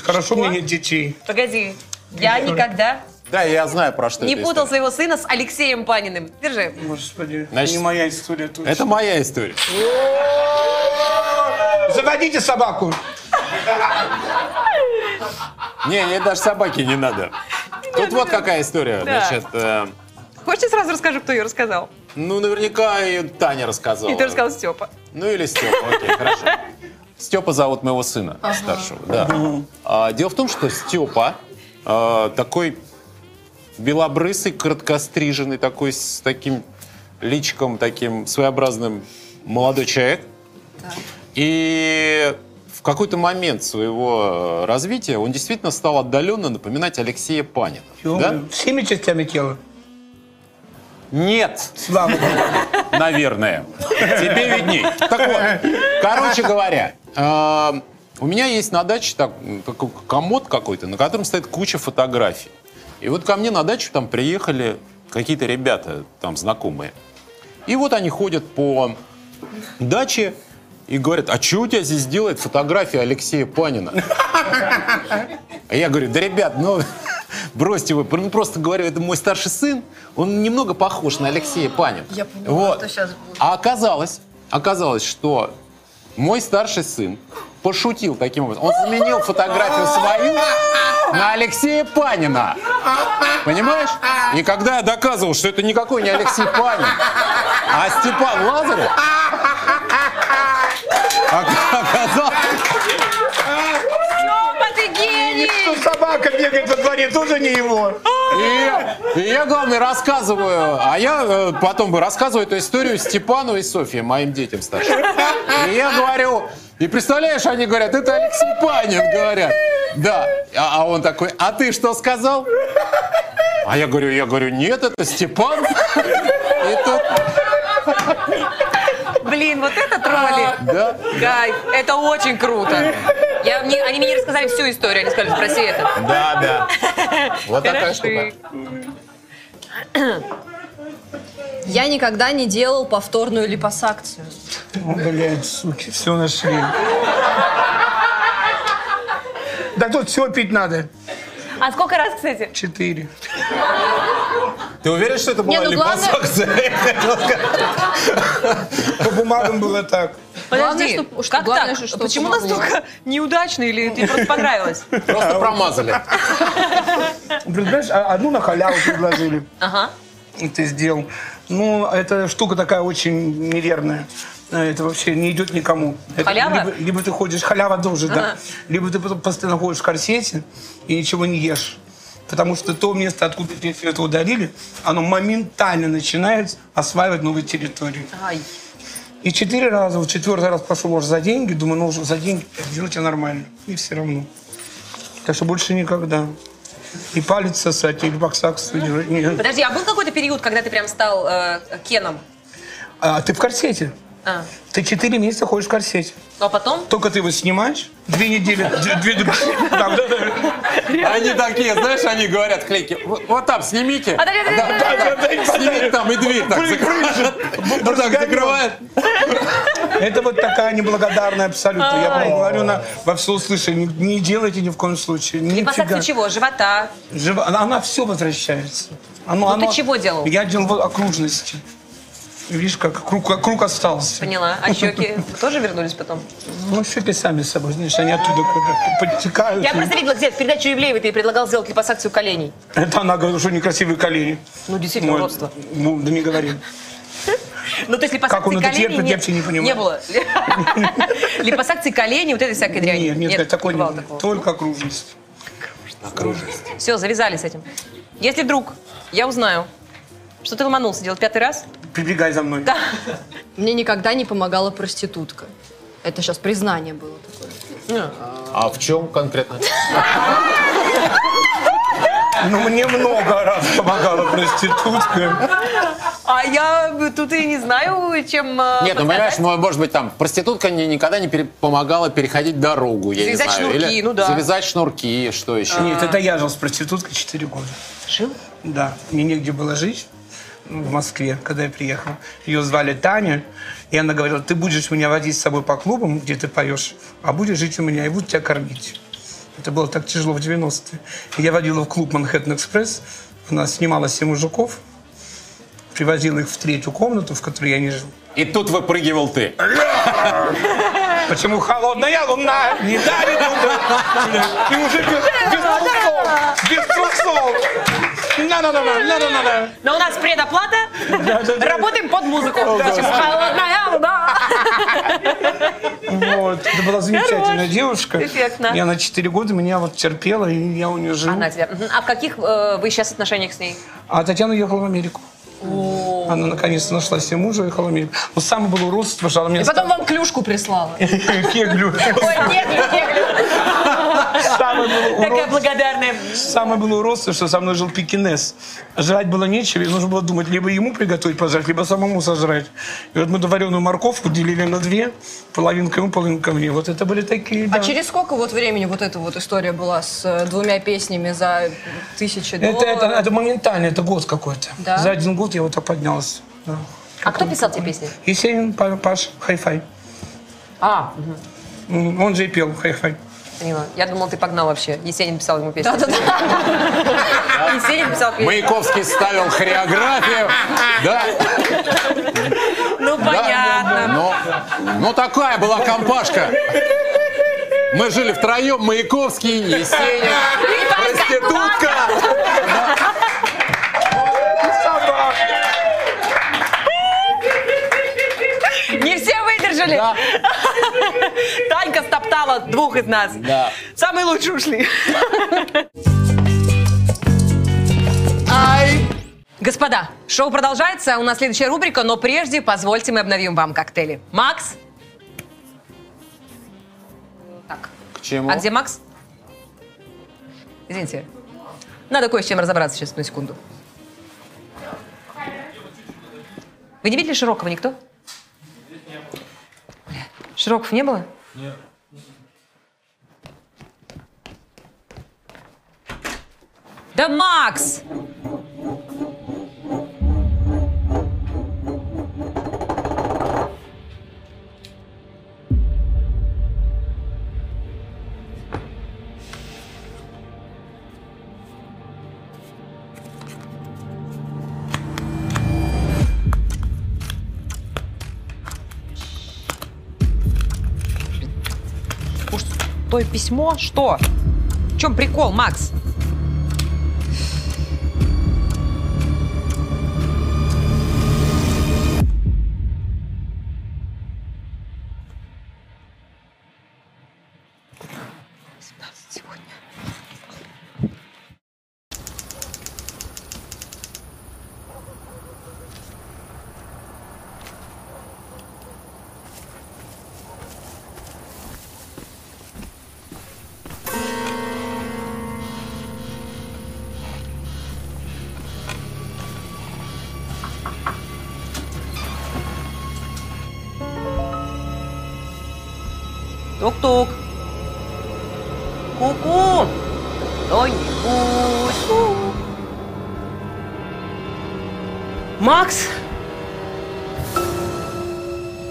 Speaker 7: Хорошо, у меня нет детей.
Speaker 2: Погоди. Я никогда
Speaker 5: Да, я знаю, про что
Speaker 2: не
Speaker 5: эта
Speaker 2: путал
Speaker 5: история.
Speaker 2: своего сына с Алексеем Паниным. Держи.
Speaker 7: Господи,
Speaker 5: Значит,
Speaker 7: не моя история точно.
Speaker 5: Это моя история.
Speaker 7: Заводите собаку.
Speaker 5: Не, мне даже собаки не надо. Тут вот какая история.
Speaker 2: Да.
Speaker 5: Значит, э,
Speaker 2: Хочешь, я сразу расскажу, кто ее рассказал?
Speaker 5: ну, наверняка ее Таня рассказала.
Speaker 2: И ты рассказал Степа.
Speaker 5: Ну или Степа, окей, хорошо. Степа зовут моего сына старшего, да. А, дело в том, что Степа э, такой белобрысый, короткостриженный, такой с таким личиком, таким своеобразным молодой человек. И в какой-то момент своего э, развития он действительно стал отдаленно напоминать Алексея Панина. Да?
Speaker 7: Всеми частями тела.
Speaker 5: Нет,
Speaker 7: Слава Богу.
Speaker 5: Наверное. Тебе видней. Так вот, короче говоря, э, у меня есть на даче так- такой комод какой-то, на котором стоит куча фотографий. И вот ко мне на дачу там приехали какие-то ребята, там знакомые. И вот они ходят по даче и говорят, а что у тебя здесь делает фотография Алексея Панина? А я говорю, да, ребят, ну, бросьте вы. Ну, просто говорю, это мой старший сын, он немного похож на Алексея Панина. Я поняла, вот. А оказалось, оказалось, что Мой старший сын пошутил таким образом. Он заменил фотографию свою на Алексея Панина. Понимаешь? И когда я доказывал, что это никакой не Алексей Панин, а Степан Лазарев, ока- оказалось,
Speaker 2: Степа, ты гений!
Speaker 7: собака бегает во дворе, тоже не его.
Speaker 5: И, и я, главное, рассказываю, а я э, потом рассказываю эту историю Степану и Софье, моим детям старшим. И я говорю, и представляешь, они говорят, это Алексей Панин, говорят. Да, а, а он такой, а ты что сказал? А я говорю, я говорю, нет, это Степан. И тут,
Speaker 2: Блин, вот это тролли.
Speaker 5: да,
Speaker 2: Кайф, это очень круто. Я, мне- они мне не рассказали всю историю, они сказали, спроси это.
Speaker 5: да, да. Вот такая штука.
Speaker 2: Хороши.
Speaker 4: Я никогда не делал повторную липосакцию.
Speaker 7: О, блядь, суки, все нашли. Да тут все пить надо.
Speaker 2: А сколько раз, кстати?
Speaker 7: Четыре.
Speaker 5: Ты уверен, что это
Speaker 4: Не,
Speaker 5: была
Speaker 4: ну, главное-
Speaker 7: По бумагам было так.
Speaker 2: Подожди,
Speaker 4: Главное, что- что-
Speaker 2: как
Speaker 4: главное,
Speaker 2: так?
Speaker 4: что-
Speaker 2: Почему
Speaker 4: чтобы было.
Speaker 2: настолько неудачно или тебе просто понравилось?
Speaker 5: Просто промазали.
Speaker 7: Знаешь, а- одну на халяву предложили.
Speaker 2: Ага.
Speaker 7: И ты сделал. Ну, эта штука такая очень неверная. Э, Это вообще не идет никому. Это
Speaker 2: Халява?
Speaker 7: Либо, либо ты ходишь, халява тоже, да. Либо ты потом постоянно ходишь в корсете и ничего не ешь. Потому что то место, откуда тебе все это удалили, оно моментально начинает осваивать новые территории.
Speaker 2: Ай.
Speaker 7: И четыре раза, вот четвертый раз пошел, может, за деньги. Думаю, ну, уже за деньги делайте нормально. И все равно. Так что больше никогда. И палец сосать, и баксак нет.
Speaker 2: Подожди, а был какой-то период, когда ты прям стал э, Кеном?
Speaker 7: А ты в корсете.
Speaker 2: А.
Speaker 7: Ты четыре месяца ходишь в корсете.
Speaker 2: Ну, а потом?
Speaker 7: Только ты его снимаешь, две недели, две, две друг- там, да, да.
Speaker 5: Они такие, знаешь, они говорят, клейки, вот вот там снимите.
Speaker 2: А, да, да, да, да, да.
Speaker 5: Снимите там и дверь так закрывают. Ну так закрывает.
Speaker 7: Это вот такая неблагодарная абсолютно. Я
Speaker 2: Ай.
Speaker 7: вам говорю на, во все услышание. Не, не делайте ни в коем случае.
Speaker 2: Липосакция
Speaker 7: Нифига.
Speaker 2: чего? Живота?
Speaker 7: Жива- она, она все возвращается. Оно,
Speaker 2: Ну ты
Speaker 7: оно-
Speaker 2: чего делал?
Speaker 7: Я делал вот окружности. Видишь, как круг, как круг остался.
Speaker 2: Поняла. А щеки тоже вернулись потом?
Speaker 7: Ну, щеки сами с собой, знаешь, они оттуда как-то подтекают.
Speaker 2: Я просто видела, где в передачу Евлеевой ты предлагал сделать липосакцию коленей.
Speaker 7: Это она говорит, что некрасивые колени.
Speaker 2: Ну, действительно,
Speaker 7: Ой,
Speaker 2: уродство.
Speaker 7: Ну, да не говори.
Speaker 2: Ну, то есть липосакции
Speaker 7: Как он это
Speaker 2: коленей
Speaker 7: терпит,
Speaker 2: не,
Speaker 7: я вообще не понимаю.
Speaker 2: Не было. Липосакции коленей, вот этой всякой дряни.
Speaker 7: Нет, нет, такой
Speaker 2: не бывало
Speaker 7: нет.
Speaker 2: такого.
Speaker 7: Только окружность.
Speaker 2: Все, завязали с этим. Если вдруг я узнаю, что ты ломанулся делать пятый раз,
Speaker 7: Прибегай за мной. Да.
Speaker 4: Мне никогда не помогала проститутка. Это сейчас признание было такое.
Speaker 5: А в чем конкретно?
Speaker 7: Ну, мне много раз помогала проститутка.
Speaker 2: а я тут и не знаю, чем... э,
Speaker 5: Нет, ну
Speaker 2: подсказать.
Speaker 5: понимаешь, мо- может быть там проститутка мне никогда не пере- помогала переходить дорогу, я
Speaker 2: Завязать
Speaker 5: не знаю.
Speaker 2: шнурки, ну да.
Speaker 5: Завязать шнурки, что еще?
Speaker 7: Нет, это я жил с проституткой 4 года.
Speaker 2: Жил?
Speaker 7: Да, мне негде было жить ну, в Москве, когда я приехал. Ее звали Таня, и она говорила, ты будешь меня водить с собой по клубам, где ты поешь, а будешь жить у меня, и буду тебя кормить. Это было так тяжело в 90-е. Я водила в клуб «Манхэттен Экспресс», она снимала семь мужиков, привозила их в третью комнату, в которой я не жил.
Speaker 5: И тут выпрыгивал ты.
Speaker 7: Почему холодная луна не дарит удара? И уже без, без трусов, без трусов. На-на-на-на, на-на-на-на.
Speaker 2: Но у нас предоплата.
Speaker 7: Да-да-да.
Speaker 2: Работаем под музыку. Почему холодная луна?
Speaker 7: Вот, это была замечательная
Speaker 2: Хорош.
Speaker 7: девушка.
Speaker 2: Эффектно.
Speaker 7: И она 4 года меня вот терпела, и я у нее жил.
Speaker 2: Она тебя. Мгм. А в каких э, вы сейчас отношениях с ней?
Speaker 7: А Татьяна уехала в Америку. Она наконец-то нашла себе мужа и уехала в Америку. Но самое было уродство, что она мне
Speaker 4: И потом вам клюшку прислала.
Speaker 7: стала- кеглю.
Speaker 2: Ой, нет, нет, нет.
Speaker 7: Самое было уродство.
Speaker 2: Такая благодарная.
Speaker 7: Самое было уродство, что со мной жил пекинес. Жрать было нечего, и нужно было думать, либо ему приготовить пожрать, либо самому сожрать. И вот мы довареную морковку делили на две, половинка ему, половинка мне. Вот это были такие, да.
Speaker 4: А через сколько вот времени вот эта вот история была с э, двумя песнями за тысячи долларов?
Speaker 7: Это, это, это моментально, это год какой-то.
Speaker 4: Да?
Speaker 7: За один год я вот так поднялся. Да.
Speaker 2: А кто писал тебе песни?
Speaker 7: Есенин, Па- Паш, хай-фай.
Speaker 2: А,
Speaker 7: М, Он же и пел хай-фай.
Speaker 2: поняла. Я думала, ты погнал вообще. Есенин писал ему песни. Да-да-да. Есенин писал песни.
Speaker 5: Маяковский ставил хореографию. Да,
Speaker 2: Ну,
Speaker 5: да,
Speaker 2: понятно.
Speaker 5: но, ну, Ну такая была компашка. Мы жили втроем, Маяковский, Есенин, проститутка.
Speaker 2: Не все выдержали.
Speaker 5: Да.
Speaker 2: Танька стоптала двух из нас.
Speaker 5: Да.
Speaker 2: Самые лучшие ушли. Господа, шоу продолжается. У нас следующая рубрика, но прежде позвольте мы обновим вам коктейли. Макс? Так,
Speaker 5: К чему?
Speaker 2: а где Макс? Извините. Надо кое с чем разобраться сейчас, одну секунду. Вы не видели Широкого никто? Бля, Широков не было? Нет. Да Макс! Пустое письмо? Что? В чем прикол, Макс? Тук-тук. Ку-ку. Кто-нибудь. Макс?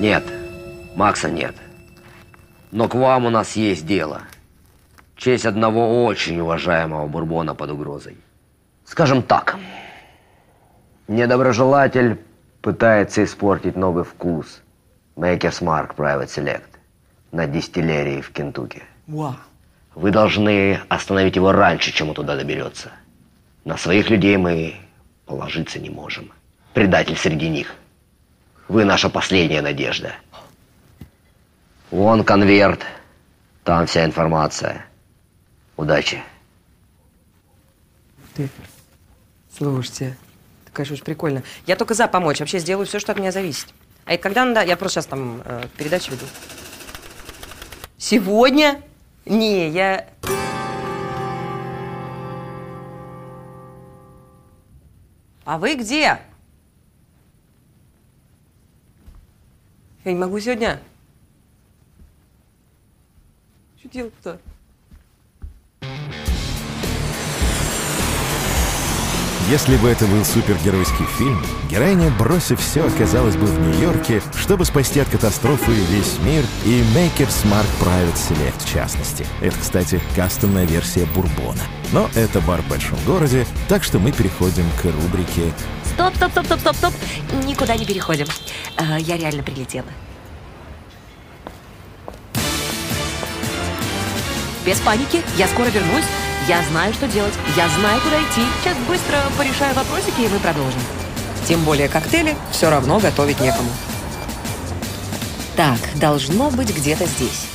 Speaker 9: Нет, Макса нет. Но к вам у нас есть дело. Честь одного очень уважаемого Бурбона под угрозой. Скажем так, недоброжелатель пытается испортить новый вкус Maker's Mark Private Select на дистиллерии в Кентукки. Вы должны остановить его раньше, чем он туда доберется. На своих людей мы положиться не можем. Предатель среди них. Вы наша последняя надежда. Вон конверт. Там вся информация. Удачи.
Speaker 2: Слушайте, это, конечно, очень прикольно. Я только за помочь. Вообще сделаю все, что от меня зависит. А это когда надо? Я просто сейчас там э, передачу веду. Сегодня? Не, я... А вы где? Я не могу сегодня. Что делать-то?
Speaker 10: Если бы это был супергеройский фильм, героиня, бросив все, оказалась бы в Нью-Йорке, чтобы спасти от катастрофы весь мир и Maker Smart Private Select в частности. Это, кстати, кастомная версия Бурбона. Но это бар в большом городе, так что мы переходим к рубрике
Speaker 1: Стоп, стоп, стоп, стоп, стоп, стоп. Никуда не переходим. Э, Я реально прилетела. Без паники, я скоро вернусь. Я знаю, что делать. Я знаю, куда идти. Сейчас быстро порешаю вопросики, и мы продолжим.
Speaker 2: Тем более коктейли все равно готовить некому.
Speaker 1: Так, должно быть где-то здесь.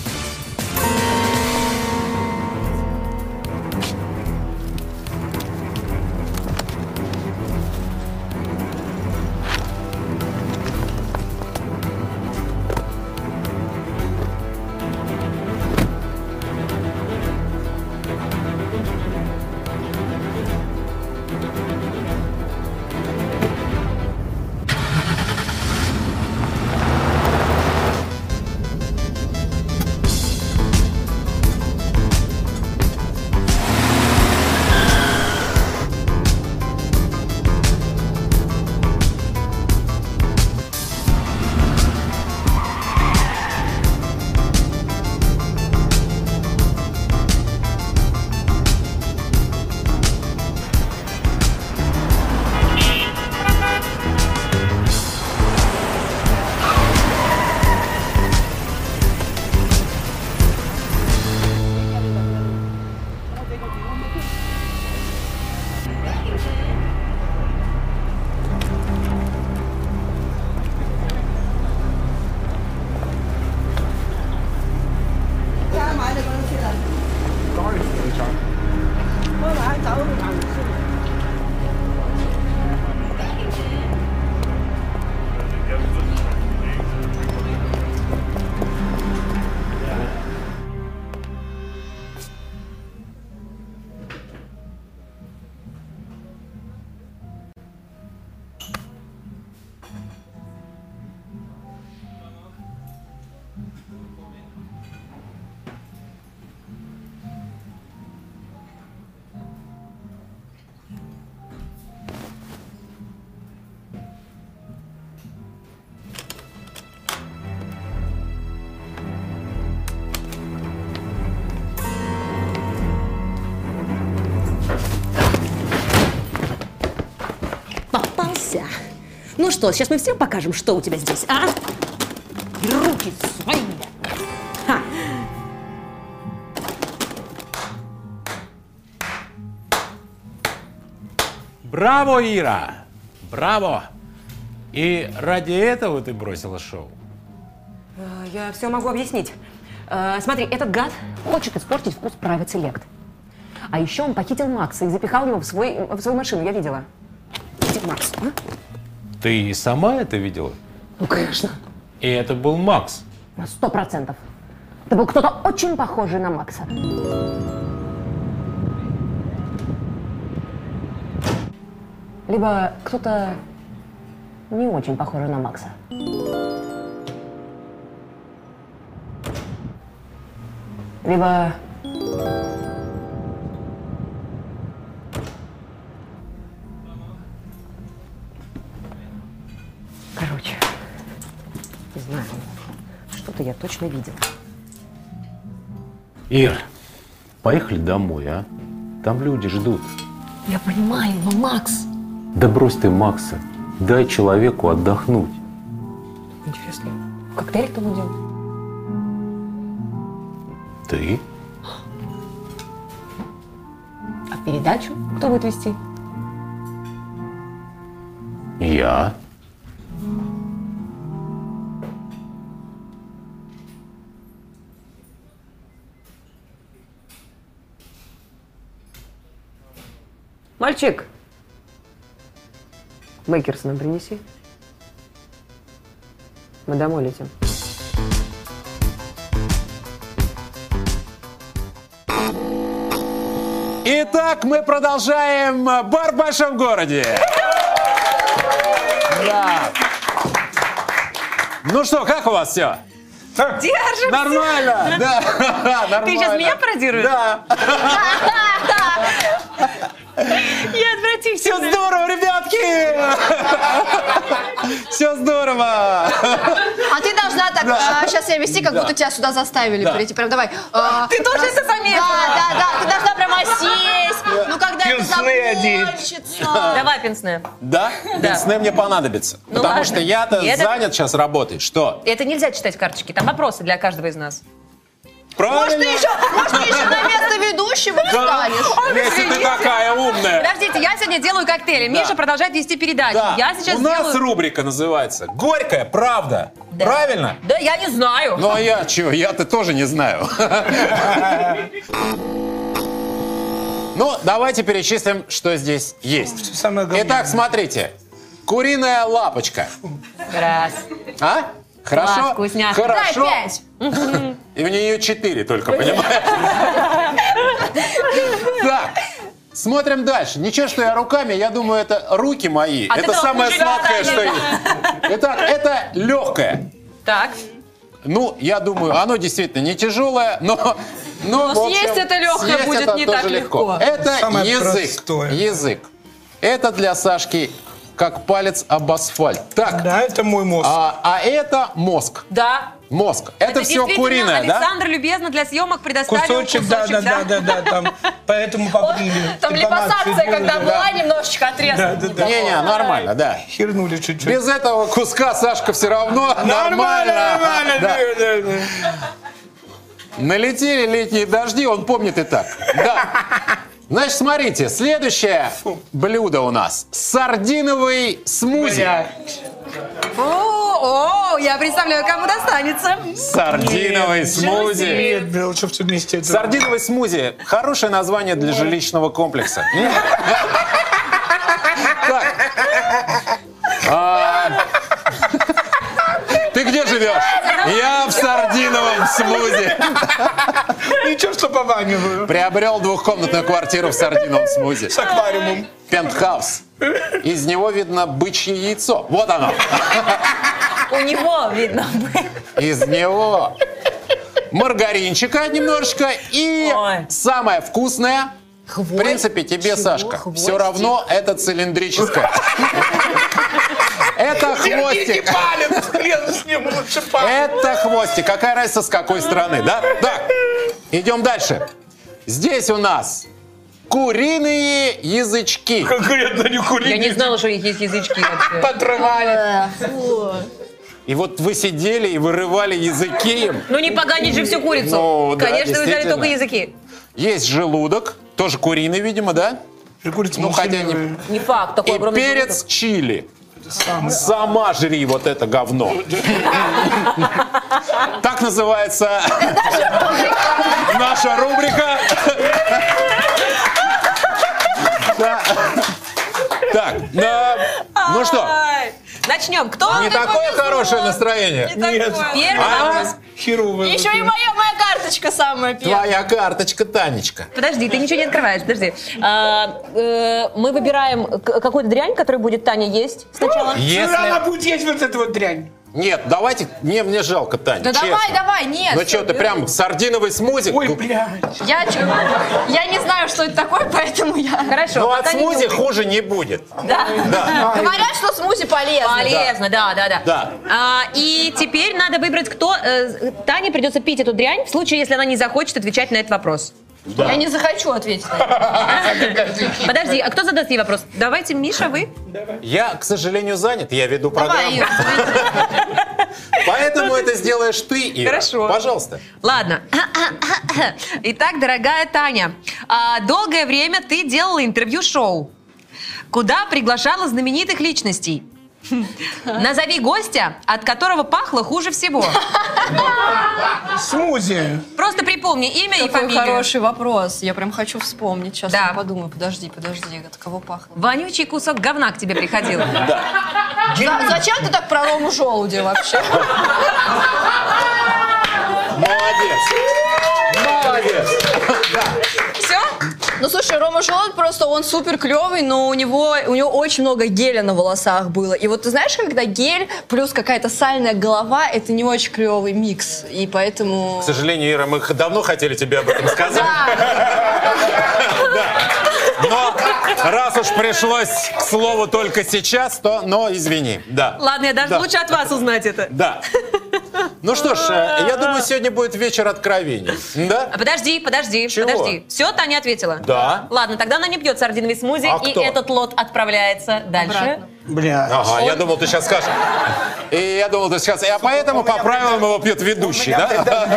Speaker 11: Ну что, сейчас мы всем покажем, что у тебя здесь, а? Руки свои! Ха.
Speaker 9: Браво, Ира! Браво! И ради этого ты бросила шоу?
Speaker 11: Э, Я все могу объяснить. Э, Смотри, этот гад хочет испортить вкус Private Select. А еще он похитил Макса и запихал его в, свой, в свою машину, я видела. Где Макс, а?
Speaker 9: Ты и сама это видела?
Speaker 11: Ну, конечно.
Speaker 9: И это был Макс.
Speaker 11: На сто процентов. Это был кто-то очень похожий на Макса. Либо кто-то не очень похожий на Макса. Либо... Короче, не знаю. Что-то я точно видела.
Speaker 9: Ир, поехали домой, а? Там люди ждут.
Speaker 11: Я понимаю, но Макс...
Speaker 9: Да брось ты Макса. Дай человеку отдохнуть.
Speaker 11: Интересно, коктейль кто будет?
Speaker 9: Ты?
Speaker 11: А передачу кто будет вести?
Speaker 9: Я?
Speaker 11: Мальчик! Бейкерс нам принеси. Мы домой летим.
Speaker 9: Итак, мы продолжаем э, бар в большом городе. Да. Ну что, как у вас все?
Speaker 2: Держим.
Speaker 9: Нормально. Да. Нормально.
Speaker 2: Ты сейчас меня пародируешь?
Speaker 9: Да.
Speaker 2: Я
Speaker 9: Все
Speaker 2: отвратительно.
Speaker 9: здорово, ребятки. Все здорово.
Speaker 4: А ты должна так э, сейчас себя вести, как
Speaker 9: Да.
Speaker 4: будто тебя сюда заставили
Speaker 9: Да.
Speaker 4: прийти. Прям давай. а,
Speaker 2: Ты тоже это
Speaker 4: Да,
Speaker 2: заметила?
Speaker 4: да, да, ты должна прямо сесть. Ну, когда это
Speaker 7: Пенсне одеть.
Speaker 4: закончится?
Speaker 2: Давай, пенсне.
Speaker 5: Да? Пенсне мне понадобится.
Speaker 2: Ну
Speaker 5: потому
Speaker 2: ладно.
Speaker 5: что я-то
Speaker 2: Это-
Speaker 5: занят сейчас работой. Что?
Speaker 2: Это нельзя читать карточки, там вопросы для каждого из нас.
Speaker 5: Правильно?
Speaker 4: Ты еще, может, ты еще на место ведущего встанешь?
Speaker 5: Если ты такая умная.
Speaker 2: Подождите, я сегодня делаю коктейли. Миша продолжает вести передачу.
Speaker 5: Да.
Speaker 2: Я сейчас
Speaker 5: У нас
Speaker 2: делаю...
Speaker 5: рубрика называется «Горькая правда». Правильно?
Speaker 2: Да, я не знаю.
Speaker 5: Ну а я чего? Я-то тоже не знаю. Ну, давайте перечислим, что здесь есть.
Speaker 7: Самое главное.
Speaker 5: Итак, смотрите. Куриная лапочка.
Speaker 2: Раз.
Speaker 5: А?
Speaker 2: Класс,
Speaker 5: Хорошо?
Speaker 2: вкусняшка.
Speaker 4: Давай,
Speaker 5: Хорошо.
Speaker 4: пять.
Speaker 5: И в нее четыре только, понимаешь? Так, смотрим дальше. Ничего, что я руками, я думаю, это руки мои.
Speaker 2: От
Speaker 5: Это
Speaker 2: этого
Speaker 5: самое
Speaker 2: хуже
Speaker 5: сладкое,
Speaker 2: не
Speaker 5: что есть. Итак, это легкое.
Speaker 2: Так.
Speaker 5: Ну, я думаю, оно действительно не тяжелое, но... Но, в
Speaker 2: съесть это лёгкое
Speaker 5: съесть
Speaker 2: будет
Speaker 5: это
Speaker 2: не
Speaker 5: тоже
Speaker 2: так легко.
Speaker 5: Это
Speaker 7: Самое
Speaker 5: язык.
Speaker 7: простое.
Speaker 5: Язык. Это для Сашки как палец об асфальт. Так,
Speaker 7: Да, это мой мозг.
Speaker 5: а, а это мозг.
Speaker 2: Да.
Speaker 5: Мозг. Это, все
Speaker 2: действительно
Speaker 5: куриное, да?
Speaker 2: Александр любезно для съемок предоставил
Speaker 7: Кусочек, да, да, да, да, да, там. Поэтому побрили.
Speaker 4: Там липосакция, когда была, немножечко отрезана.
Speaker 7: Да, да, да.
Speaker 5: Не-не, нормально, да.
Speaker 7: Хернули чуть-чуть.
Speaker 5: Без этого куска Сашка все равно
Speaker 7: Нормально,
Speaker 5: нормально.
Speaker 7: нормально,
Speaker 5: Да.
Speaker 7: да, да, да.
Speaker 5: Налетели летние дожди, он помнит и так. Да. Значит, смотрите, следующее блюдо у нас. Сардиновый смузи.
Speaker 2: О, о, я представляю, кому достанется.
Speaker 5: Сардиновый смузи.
Speaker 7: Нет, Билл, что все вместе это.
Speaker 5: Сардиновый смузи. Хорошее название для жилищного комплекса. М? Так. А, Ты где живешь? Я в сардиновом смузи.
Speaker 7: Ну, Ничего, что пованиваю.
Speaker 5: Приобрел двухкомнатную квартиру в сардиновом смузи.
Speaker 7: С аквариумом.
Speaker 5: Пентхаус. Из него видно бычье яйцо. Вот оно.
Speaker 2: У него видно.
Speaker 5: Из него маргаринчика немножко и
Speaker 2: Ой.
Speaker 5: самое вкусное. В принципе, тебе, Сашка, все равно это цилиндрическое. Это хвостик.
Speaker 7: Лезу с ним лучше
Speaker 5: Это хвостик. Какая разница, с какой стороны, да? Так, идем дальше. Здесь у нас куриные язычки.
Speaker 7: Конкретно
Speaker 2: Я
Speaker 7: не
Speaker 2: не
Speaker 7: курить.
Speaker 2: знала, что у них есть язычки вообще.
Speaker 5: Подрывали. И вот вы сидели и вырывали языки им.
Speaker 2: Ну не поганить же всю курицу.
Speaker 5: Ну, да,
Speaker 2: Конечно, вы взяли
Speaker 5: действительно.
Speaker 2: только языки.
Speaker 5: Есть желудок, тоже куриный, видимо, да?
Speaker 7: Курица
Speaker 5: Ну, хотя не-
Speaker 7: мультиварка.
Speaker 2: Не факт, такой
Speaker 5: И
Speaker 2: огромный
Speaker 5: перец
Speaker 2: желудок.
Speaker 5: чили. Сама жри вот это говно. Так называется наша рубрика. Да. Так, да, ну что,
Speaker 2: Ай, Начнем. Кто?
Speaker 5: не
Speaker 2: мне
Speaker 5: такое
Speaker 2: повезло?
Speaker 5: хорошее настроение?
Speaker 2: Не
Speaker 7: Нет.
Speaker 2: такое. Первый
Speaker 5: А?
Speaker 2: вопрос.
Speaker 7: Херово.
Speaker 4: Еще и моя, моя карточка самая первая.
Speaker 5: Твоя карточка, Танечка.
Speaker 2: Подожди, ты ничего не открываешь, подожди. А, э, мы выбираем к- какую-то дрянь, которую будет Таня есть сначала.
Speaker 5: Если-
Speaker 7: Она будет есть вот эту вот дрянь.
Speaker 5: Нет, давайте, мне, мне жалко, Таня,
Speaker 4: Да Ну, давай,
Speaker 5: честно.
Speaker 4: давай, нет.
Speaker 5: Ну что, ты прям сардиновый Ну, смузи?
Speaker 7: Ой, блядь.
Speaker 4: Я, чё- я не знаю, что это такое, поэтому я...
Speaker 2: Хорошо.
Speaker 5: Ну от
Speaker 2: пока не
Speaker 5: смузи
Speaker 2: думай.
Speaker 5: хуже не будет.
Speaker 4: Говорят, что смузи полезно.
Speaker 2: Полезно, да, да, да.
Speaker 5: Да.
Speaker 2: А, и теперь надо выбрать, кто... э, Тане придется пить эту дрянь, в случае, если она не захочет отвечать на этот вопрос.
Speaker 4: Я не захочу ответить. на это.
Speaker 2: Подожди, а кто задаст ей вопрос? Давайте, Миша, вы.
Speaker 5: Я, к сожалению, занят, я веду
Speaker 4: Давай,
Speaker 5: программу.
Speaker 4: Юр, смотри.
Speaker 5: Поэтому это сделаешь ты, Ира.
Speaker 2: Хорошо.
Speaker 5: Пожалуйста.
Speaker 2: Ладно. Итак, дорогая Таня, а, долгое время ты делала интервью-шоу, куда приглашала знаменитых личностей. Назови гостя, от которого пахло хуже всего.
Speaker 7: Смузи.
Speaker 2: Просто припомни имя и
Speaker 4: Какой
Speaker 2: фамилию.
Speaker 4: хороший вопрос. Я прям хочу вспомнить. Сейчас
Speaker 2: Да.
Speaker 4: я подумаю. Подожди, подожди, от кого пахло?
Speaker 2: Вонючий кусок говна к тебе приходил.
Speaker 4: За- зачем ты так про Рому Желуди вообще?
Speaker 5: Молодец. Молодец.
Speaker 2: Все?
Speaker 4: Ну слушай, Рома Желудь просто он супер клевый, но у него у него очень много геля на волосах было. И вот ты знаешь, когда гель плюс какая-то сальная голова, это не очень клевый микс. И поэтому.
Speaker 5: К сожалению, Ира, мы х- давно хотели тебе об этом сказать. Да. Но раз уж пришлось к слову только сейчас, то, но извини, да.
Speaker 2: Ладно, я даже
Speaker 5: Да.
Speaker 2: лучше от вас узнать это.
Speaker 5: Да. Ну что ж, э, я думаю, сегодня будет вечер откровений. Да?
Speaker 2: А Подожди, подожди,
Speaker 5: Чего?
Speaker 2: подожди. Все, Таня ответила?
Speaker 5: Да.
Speaker 2: Ладно, тогда она не пьет сардиновый смузи,
Speaker 5: А
Speaker 2: и
Speaker 5: кто?
Speaker 2: этот лот отправляется дальше.
Speaker 4: Обратно.
Speaker 7: Бля.
Speaker 5: Ага, я думал, ты сейчас скажешь. И я думал, ты сейчас... А поэтому по правилам его пьет ведущий, да?
Speaker 2: Да.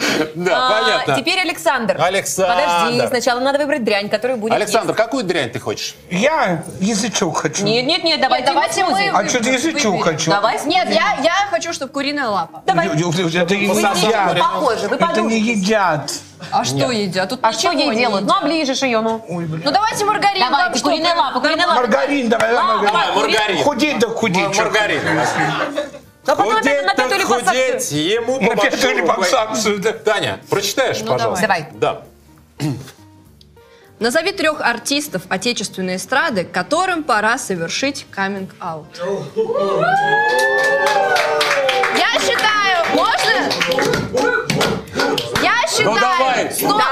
Speaker 5: Да,
Speaker 2: А,
Speaker 5: понятно.
Speaker 2: Теперь Александр.
Speaker 5: Александр.
Speaker 2: Подожди, сначала надо выбрать дрянь, которую будет
Speaker 5: Александр, какую дрянь ты хочешь?
Speaker 7: Я язычок хочу.
Speaker 2: Нет, нет, нет, давайте,
Speaker 4: Нет, давайте
Speaker 2: смузи.
Speaker 4: мы-
Speaker 7: А что ты язычок хочу?
Speaker 2: Давай смузи.
Speaker 4: Нет, я, я хочу, чтобы куриная лапа.
Speaker 2: Давай.
Speaker 7: Ё- ё- ё- Это
Speaker 5: Мы
Speaker 7: не
Speaker 5: с ней
Speaker 7: едят.
Speaker 2: Похоже, вы
Speaker 7: Это не
Speaker 2: подружитесь.
Speaker 7: едят.
Speaker 4: А что едят? Тут
Speaker 2: А что ей делают? Ну, оближешь ее, ну.
Speaker 7: Ой, бля.
Speaker 4: Ну давайте маргарин.
Speaker 2: Давайте,
Speaker 4: там что,
Speaker 2: куриная
Speaker 4: прям-
Speaker 2: лапа, куриная лапа.
Speaker 7: Маргарин, давай, давай,
Speaker 2: давай,
Speaker 7: маргарин.
Speaker 5: Маргарин.
Speaker 7: Худеть да худеть. чё
Speaker 5: Маргарин.
Speaker 2: А потом опять на пятую
Speaker 5: так
Speaker 2: или посадку.
Speaker 5: худеть, ему
Speaker 7: На
Speaker 5: по
Speaker 7: пятую или по
Speaker 5: большому
Speaker 7: саксу, да.
Speaker 5: Таня, прочитаешь, пожалуйста?
Speaker 2: Ну, давай.
Speaker 5: Да.
Speaker 4: Назови трех артистов отечественной эстрады, которым пора совершить каминг-аут. Я считаю, можно? Я считаю...
Speaker 5: давай.
Speaker 4: Стоп.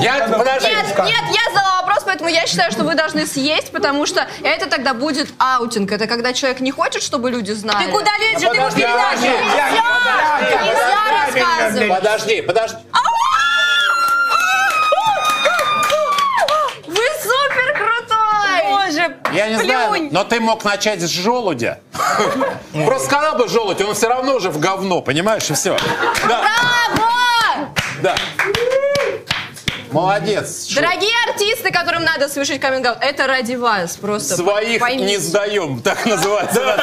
Speaker 5: Я, подожди.
Speaker 4: Нет, нет, я задала вопрос, поэтому я считаю, что вы должны съесть, потому что это тогда будет аутинг. Это когда человек не хочет, чтобы люди знали.
Speaker 2: Ты куда лезешь? Ты ему передашь.
Speaker 4: Нельзя рассказывать.
Speaker 5: Подожди, подожди.
Speaker 4: Вы супер крутой!
Speaker 2: Боже,
Speaker 5: Я не знаю,
Speaker 2: плюнь.
Speaker 5: но ты мог начать с желудя. Просто сказал бы желудь, он все равно уже в говно, понимаешь, и все. Да,
Speaker 4: Браво!
Speaker 5: да. Молодец. Шу-
Speaker 4: Дорогие артисты, которым надо совершить каминг это ради вас просто.
Speaker 5: Своих
Speaker 4: поймите.
Speaker 5: не сдаем, так называется.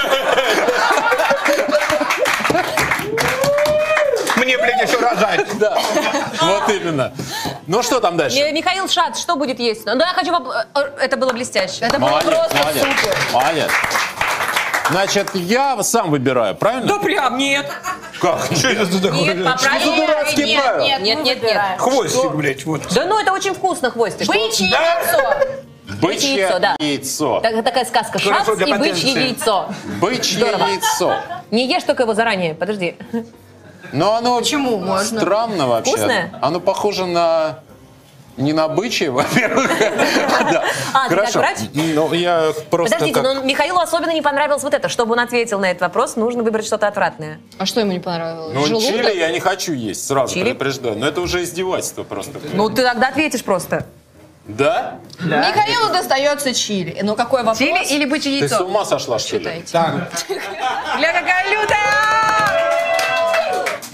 Speaker 7: Мне, блядь, еще рожать.
Speaker 5: Да. Вот именно. Ну что там дальше?
Speaker 2: Э, Михаил Шац, что будет есть? Ну, да, я хочу... поп- э, Это было блестяще. Это было
Speaker 5: Молодец,
Speaker 2: просто
Speaker 5: молодец.
Speaker 2: супер.
Speaker 5: Молодец. Значит, я сам выбираю, правильно?
Speaker 2: Да прям, нет.
Speaker 5: Как?
Speaker 7: Что это за такое?
Speaker 2: Нет, по правилам.
Speaker 5: дурацкие
Speaker 2: Нет,
Speaker 5: правила?
Speaker 2: Нет, нет, нет, нет.
Speaker 7: Хвостик, блядь, вот.
Speaker 2: Да ну, это очень вкусно хвостик.
Speaker 4: Бычье
Speaker 2: яйцо.
Speaker 5: Бычье
Speaker 2: Яйцо, да.
Speaker 5: яйцо.
Speaker 2: Так- такая сказка. Шац
Speaker 7: Хорошо для
Speaker 2: и бычье
Speaker 7: потенции.
Speaker 2: яйцо.
Speaker 5: Бычье
Speaker 2: Здорово.
Speaker 5: яйцо.
Speaker 2: Не ешь только его заранее, подожди.
Speaker 5: Но оно
Speaker 4: Почему можно?
Speaker 5: странно вообще.
Speaker 2: Вкусное?
Speaker 5: Оно похоже на... Не на бычье, во-первых. Да.
Speaker 2: А, ты
Speaker 5: Хорошо.
Speaker 2: как врач?
Speaker 5: Ну, я просто
Speaker 2: Подождите,
Speaker 5: как-
Speaker 2: но Михаилу особенно не понравилось вот это. Чтобы он ответил на этот вопрос, нужно выбрать что-то отвратное.
Speaker 4: А что ему не понравилось?
Speaker 5: Ну,
Speaker 4: Желудок?
Speaker 5: чили я не хочу есть, сразу
Speaker 2: Чили?
Speaker 5: предупреждаю. Но это уже издевательство просто.
Speaker 2: Ну, ты тогда ответишь просто.
Speaker 5: Да?
Speaker 4: Михаилу достается чили. Ну какой вопрос?
Speaker 2: Чили или бычье
Speaker 5: Ты с
Speaker 2: яйцо?
Speaker 5: ума сошла, что ли?
Speaker 4: Считайте.
Speaker 2: Бля, какая лютая!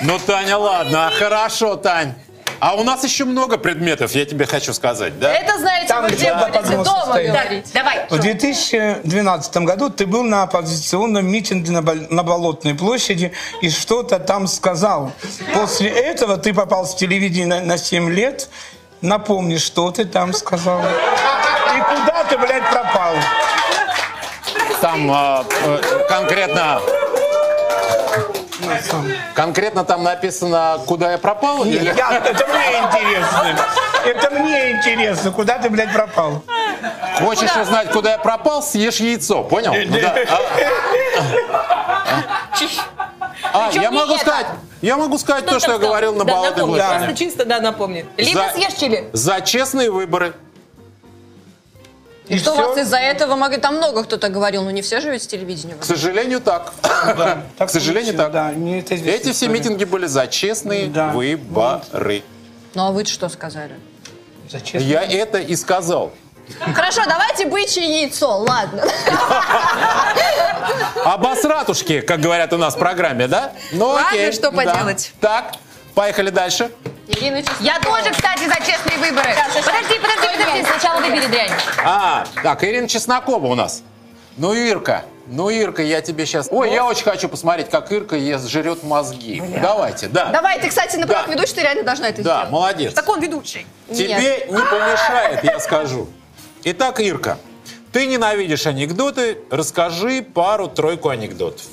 Speaker 5: Ну, Таня, ладно, хорошо, Тань. А у нас еще много предметов, я тебе хочу сказать, да?
Speaker 4: Это знаете,
Speaker 7: Там
Speaker 4: вы где
Speaker 7: где-то
Speaker 4: будете
Speaker 7: поднос
Speaker 4: дома
Speaker 7: стоит.
Speaker 4: говорить.
Speaker 2: Давай.
Speaker 7: В 2012 году ты был на оппозиционном митинге на, Бол- на Болотной площади и что-то там сказал. После этого ты попал с телевидения на, на 7 лет. Напомни, что ты там сказал. И куда ты, блядь, пропал?
Speaker 5: Там а, э, конкретно... Конкретно там написано, куда я пропал? или-
Speaker 7: Я- это мне интересно. Это мне интересно, куда ты, блядь, пропал.
Speaker 5: А Хочешь узнать, куда я пропал, съешь яйцо, понял? Ну да. А, А, я могу сказать, я могу сказать то, что я говорил на Балладной площади.
Speaker 2: чисто, да, напомни.
Speaker 5: За-
Speaker 2: Либо съешь чили.
Speaker 5: За честные выборы.
Speaker 4: И что
Speaker 7: всё?
Speaker 4: вас из-за этого могли? Там много кто-то говорил, но не все же ведь с телевидения.
Speaker 5: К сожалению, так. К сожалению,
Speaker 7: получилось,
Speaker 5: так.
Speaker 7: Да, мне это известная
Speaker 5: Эти все
Speaker 7: история.
Speaker 5: митинги были за честные
Speaker 7: Да.
Speaker 5: выборы.
Speaker 4: Ну а вы что сказали?
Speaker 7: Зачем?
Speaker 5: Я это и сказал.
Speaker 4: Хорошо, давайте бычье яйцо, ладно.
Speaker 5: Обосратушки, как говорят у нас в программе, да? Ну
Speaker 2: Ладно,
Speaker 5: окей.
Speaker 2: что
Speaker 5: да.
Speaker 2: поделать.
Speaker 5: Так, поехали дальше.
Speaker 4: Ирина
Speaker 2: Я тоже, кстати, за честные выборы. Подожди, подожди, подожди.
Speaker 4: Сначала выбери дрянь.
Speaker 5: А, так, Ирина Чеснокова у нас. Ну, Ирка, ну, Ирка, я тебе сейчас... Ой, я очень хочу посмотреть, как Ирка ест, жрет мозги. Давайте, да.
Speaker 4: Давай, ты, кстати, на правах
Speaker 5: Да.
Speaker 4: ведущий, ты реально должна это
Speaker 5: Да,
Speaker 4: сделать.
Speaker 5: молодец.
Speaker 2: Так он ведущий.
Speaker 5: Тебе не помешает, я скажу. Итак, Ирка, ты ненавидишь анекдоты, расскажи пару-тройку анекдотов.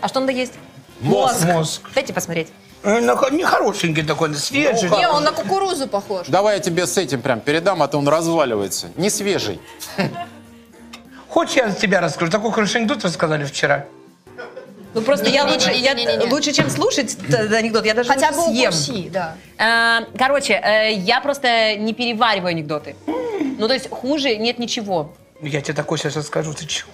Speaker 2: А что надо есть?
Speaker 5: Мозг.
Speaker 7: Мозг.
Speaker 2: Дайте посмотреть.
Speaker 7: Э, ну, хо- Нехорошенький такой, свежий.
Speaker 5: Ну,
Speaker 4: Не, он на кукурузу похож.
Speaker 5: Давай я тебе с этим прям передам, а то он разваливается. Не свежий.
Speaker 7: Хочешь, я за тебя расскажу? Такой хороший анекдот рассказали вчера.
Speaker 2: Ну просто я лучше, я
Speaker 4: Не-не-не.
Speaker 2: лучше, чем слушать т- анекдот, я даже
Speaker 4: Хотя бы
Speaker 2: лучше съем.
Speaker 4: укуси, да.
Speaker 2: А, Короче, э, я просто не перевариваю анекдоты. Ну, то есть хуже нет ничего.
Speaker 7: Я тебе такой сейчас расскажу, ты чего?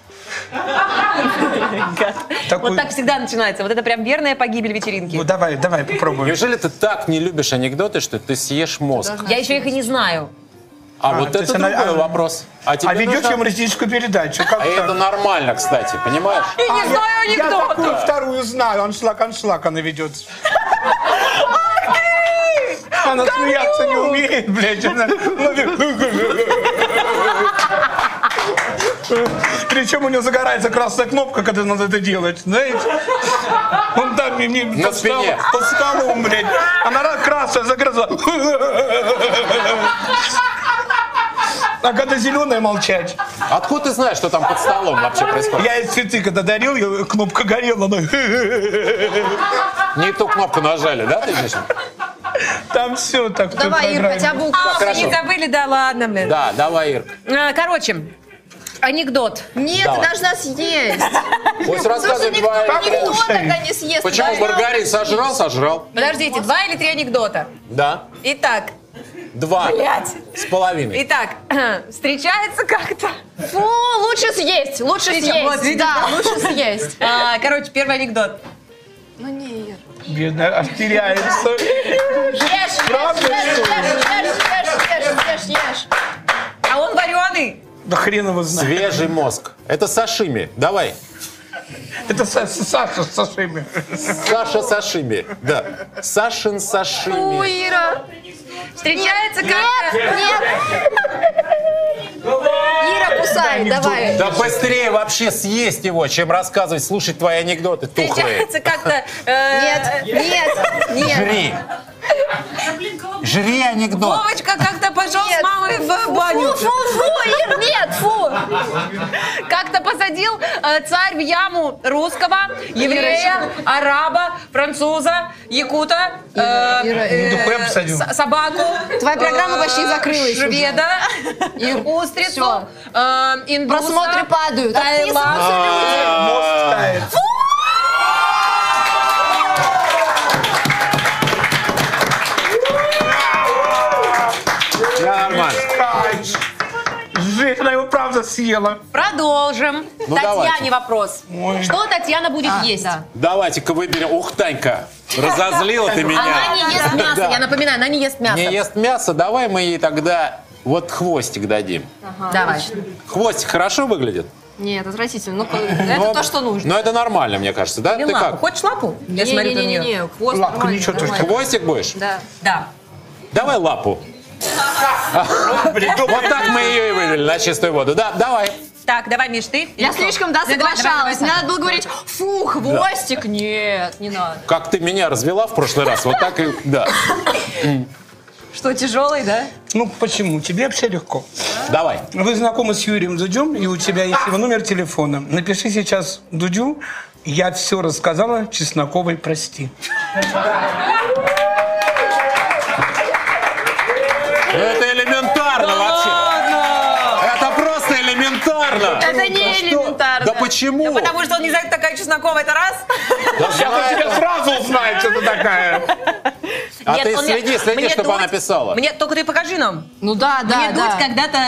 Speaker 2: Вот так всегда начинается. Вот это прям верная погибель
Speaker 7: Ну
Speaker 2: вечеринки.
Speaker 7: давай, давай, попробуем.
Speaker 5: Неужели ты так не любишь анекдоты, что ты съешь мозг?
Speaker 2: Я еще их и не знаю.
Speaker 5: А,
Speaker 7: А,
Speaker 5: вот
Speaker 7: то
Speaker 5: это
Speaker 7: есть она-
Speaker 5: другой
Speaker 7: а-
Speaker 5: вопрос. тебе
Speaker 7: А ведешь
Speaker 5: нужно-
Speaker 7: юмористическую передачу, как
Speaker 5: А это
Speaker 7: так?
Speaker 5: нормально, кстати, понимаешь?
Speaker 2: Я не знаю
Speaker 7: А Я
Speaker 2: анекдот.
Speaker 7: такую вторую знаю, аншлаг, аншлаг она ведет. Она смеяться не умеет, блядь. она- Причем у нее загорается красная кнопка, когда надо это делать, знаете? Он там мне, мне
Speaker 5: На
Speaker 7: под, стол-
Speaker 5: спине.
Speaker 7: под столом, блядь. Она ра- красная загрызла. А когда зеленая молчать.
Speaker 5: Откуда ты знаешь, что там под столом вообще происходит?
Speaker 7: Я ей цветы когда дарил, я- кнопка горела, она
Speaker 5: Не ту кнопку нажали, да, ты имеешь в виду?
Speaker 7: там все так. в той
Speaker 4: Давай, Ир,
Speaker 7: программе.
Speaker 4: хотя бы укуси.
Speaker 2: А, вы не забыли, да ладно, блин.
Speaker 5: Да, давай, Ирка.
Speaker 2: А, Короче, анекдот.
Speaker 4: Нет,
Speaker 5: Давай.
Speaker 4: ты должна съесть.
Speaker 5: Пусть
Speaker 4: Слушай,
Speaker 5: рассказывай
Speaker 4: никто,
Speaker 5: два
Speaker 4: никто
Speaker 5: анекдота.
Speaker 4: тогда не съест.
Speaker 5: Почему
Speaker 4: Давай.
Speaker 5: Маргарин сожрал, сожрал?
Speaker 2: Подождите, два или три анекдота.
Speaker 5: Да.
Speaker 2: Итак,
Speaker 5: Два
Speaker 2: блядь.
Speaker 5: с половиной.
Speaker 2: Итак, встречается как-то.
Speaker 4: Фу, лучше съесть, лучше
Speaker 2: Видите, вот,
Speaker 4: съесть.
Speaker 2: видите,
Speaker 4: Да, лучше съесть.
Speaker 2: А, короче, первый анекдот.
Speaker 4: Ну не, Ир.
Speaker 7: Бедная, аж теряется.
Speaker 4: Ешь, ешь,
Speaker 7: Правда,
Speaker 4: ешь,
Speaker 7: Ир?
Speaker 4: ешь, ешь, ешь, ешь, ешь.
Speaker 2: А он вареный.
Speaker 7: Да хрен его знает.
Speaker 5: Свежий мозг. Это сашими. Давай.
Speaker 7: Это Са- Са- Саша с сашими.
Speaker 5: Саша сашими. Да. Сашин
Speaker 4: Фу,
Speaker 5: сашими.
Speaker 4: Ира.
Speaker 2: Встречается как-то.
Speaker 4: Нет. Ира, кусай, давай.
Speaker 5: Да быстрее вообще съесть его, чем рассказывать, слушать твои анекдоты тухлые.
Speaker 2: Встречается как-то. э,
Speaker 4: Нет, нет, нет.
Speaker 5: Жри. Жри анекдот.
Speaker 2: Вовочка как-то пошел с
Speaker 4: Нет.
Speaker 2: мамой в баню.
Speaker 4: Фу, фу, фу, Ир, нет, фу.
Speaker 2: Как-то посадил э, царь в яму русского, еврея, араба, француза, якута, э,
Speaker 4: Ира,
Speaker 2: э,
Speaker 7: Ну, хуя посадил.
Speaker 2: с- собаку. э,
Speaker 4: Твоя программа почти закрылась уже.
Speaker 2: Шведа, устрицу,
Speaker 4: всё.
Speaker 2: э,
Speaker 4: Ну,
Speaker 2: индуса,
Speaker 4: Просмотры падают.
Speaker 2: Таиланд.
Speaker 5: А.
Speaker 7: Мозг тает.
Speaker 5: Нормально.
Speaker 7: Кайф. Жить, она его правда съела.
Speaker 2: Правда? Продолжим.
Speaker 5: Ну,
Speaker 2: Татьяне
Speaker 5: давайте.
Speaker 2: вопрос. Что Татьяна будет
Speaker 4: А,
Speaker 2: есть?
Speaker 5: Давайте-ка выберем. Ух, Танька, разозлила ты
Speaker 2: Она
Speaker 5: меня.
Speaker 2: не ест мясо,
Speaker 5: Да.
Speaker 2: я напоминаю, она не ест мясо.
Speaker 5: Не ест мясо, давай мы ей тогда вот хвостик дадим.
Speaker 2: Давай.
Speaker 5: Хвостик хорошо выглядит?
Speaker 4: Нет, отвратительно. Ну, это
Speaker 5: Но-
Speaker 4: то, что нужно.
Speaker 5: Но это нормально, мне кажется, да?
Speaker 2: Или
Speaker 5: Ты
Speaker 2: лапу.
Speaker 5: как?
Speaker 2: Хочешь лапу? Я смотрю на нее.
Speaker 4: Не-не-не, хвост
Speaker 7: Лапка,
Speaker 4: нормально,
Speaker 7: ничего точно.
Speaker 4: нормально.
Speaker 5: Хвостик будешь?
Speaker 4: Да.
Speaker 2: Да.
Speaker 5: Давай лапу. Вот так мы ее и вывели на чистую воду. Да, давай.
Speaker 2: Так, давай, Миш, ты.
Speaker 4: Я слишком, да,
Speaker 2: Давай, давай, давай,
Speaker 4: соглашалась. Надо было говорить, фу, хвостик. Нет, не надо.
Speaker 5: Как ты меня развела в прошлый раз, вот так и... Да,
Speaker 4: Что, тяжелый, да?
Speaker 7: Ну почему? Тебе вообще легко.
Speaker 5: давай.
Speaker 7: Вы знакомы с Юрием Дудем, и у тебя есть его номер телефона. Напиши сейчас Дудю, я все рассказала Чесноковой, прости.
Speaker 5: Ну, это элементарно вообще. Это просто элементарно. Ну,
Speaker 4: Это не элементарно.
Speaker 5: Да почему?
Speaker 2: Потому что он не знает, кто такая Чеснокова, это раз.
Speaker 5: Да знаю.
Speaker 7: сразу узнает, что ты такая.
Speaker 5: А
Speaker 2: Нет,
Speaker 5: ты
Speaker 2: он мне-
Speaker 5: следи, следи,
Speaker 2: мне
Speaker 5: чтобы она
Speaker 2: Дудь-
Speaker 5: писала.
Speaker 2: Мне только ты покажи нам.
Speaker 4: Ну да, да,
Speaker 2: Мне Дудь
Speaker 4: да.
Speaker 2: когда-то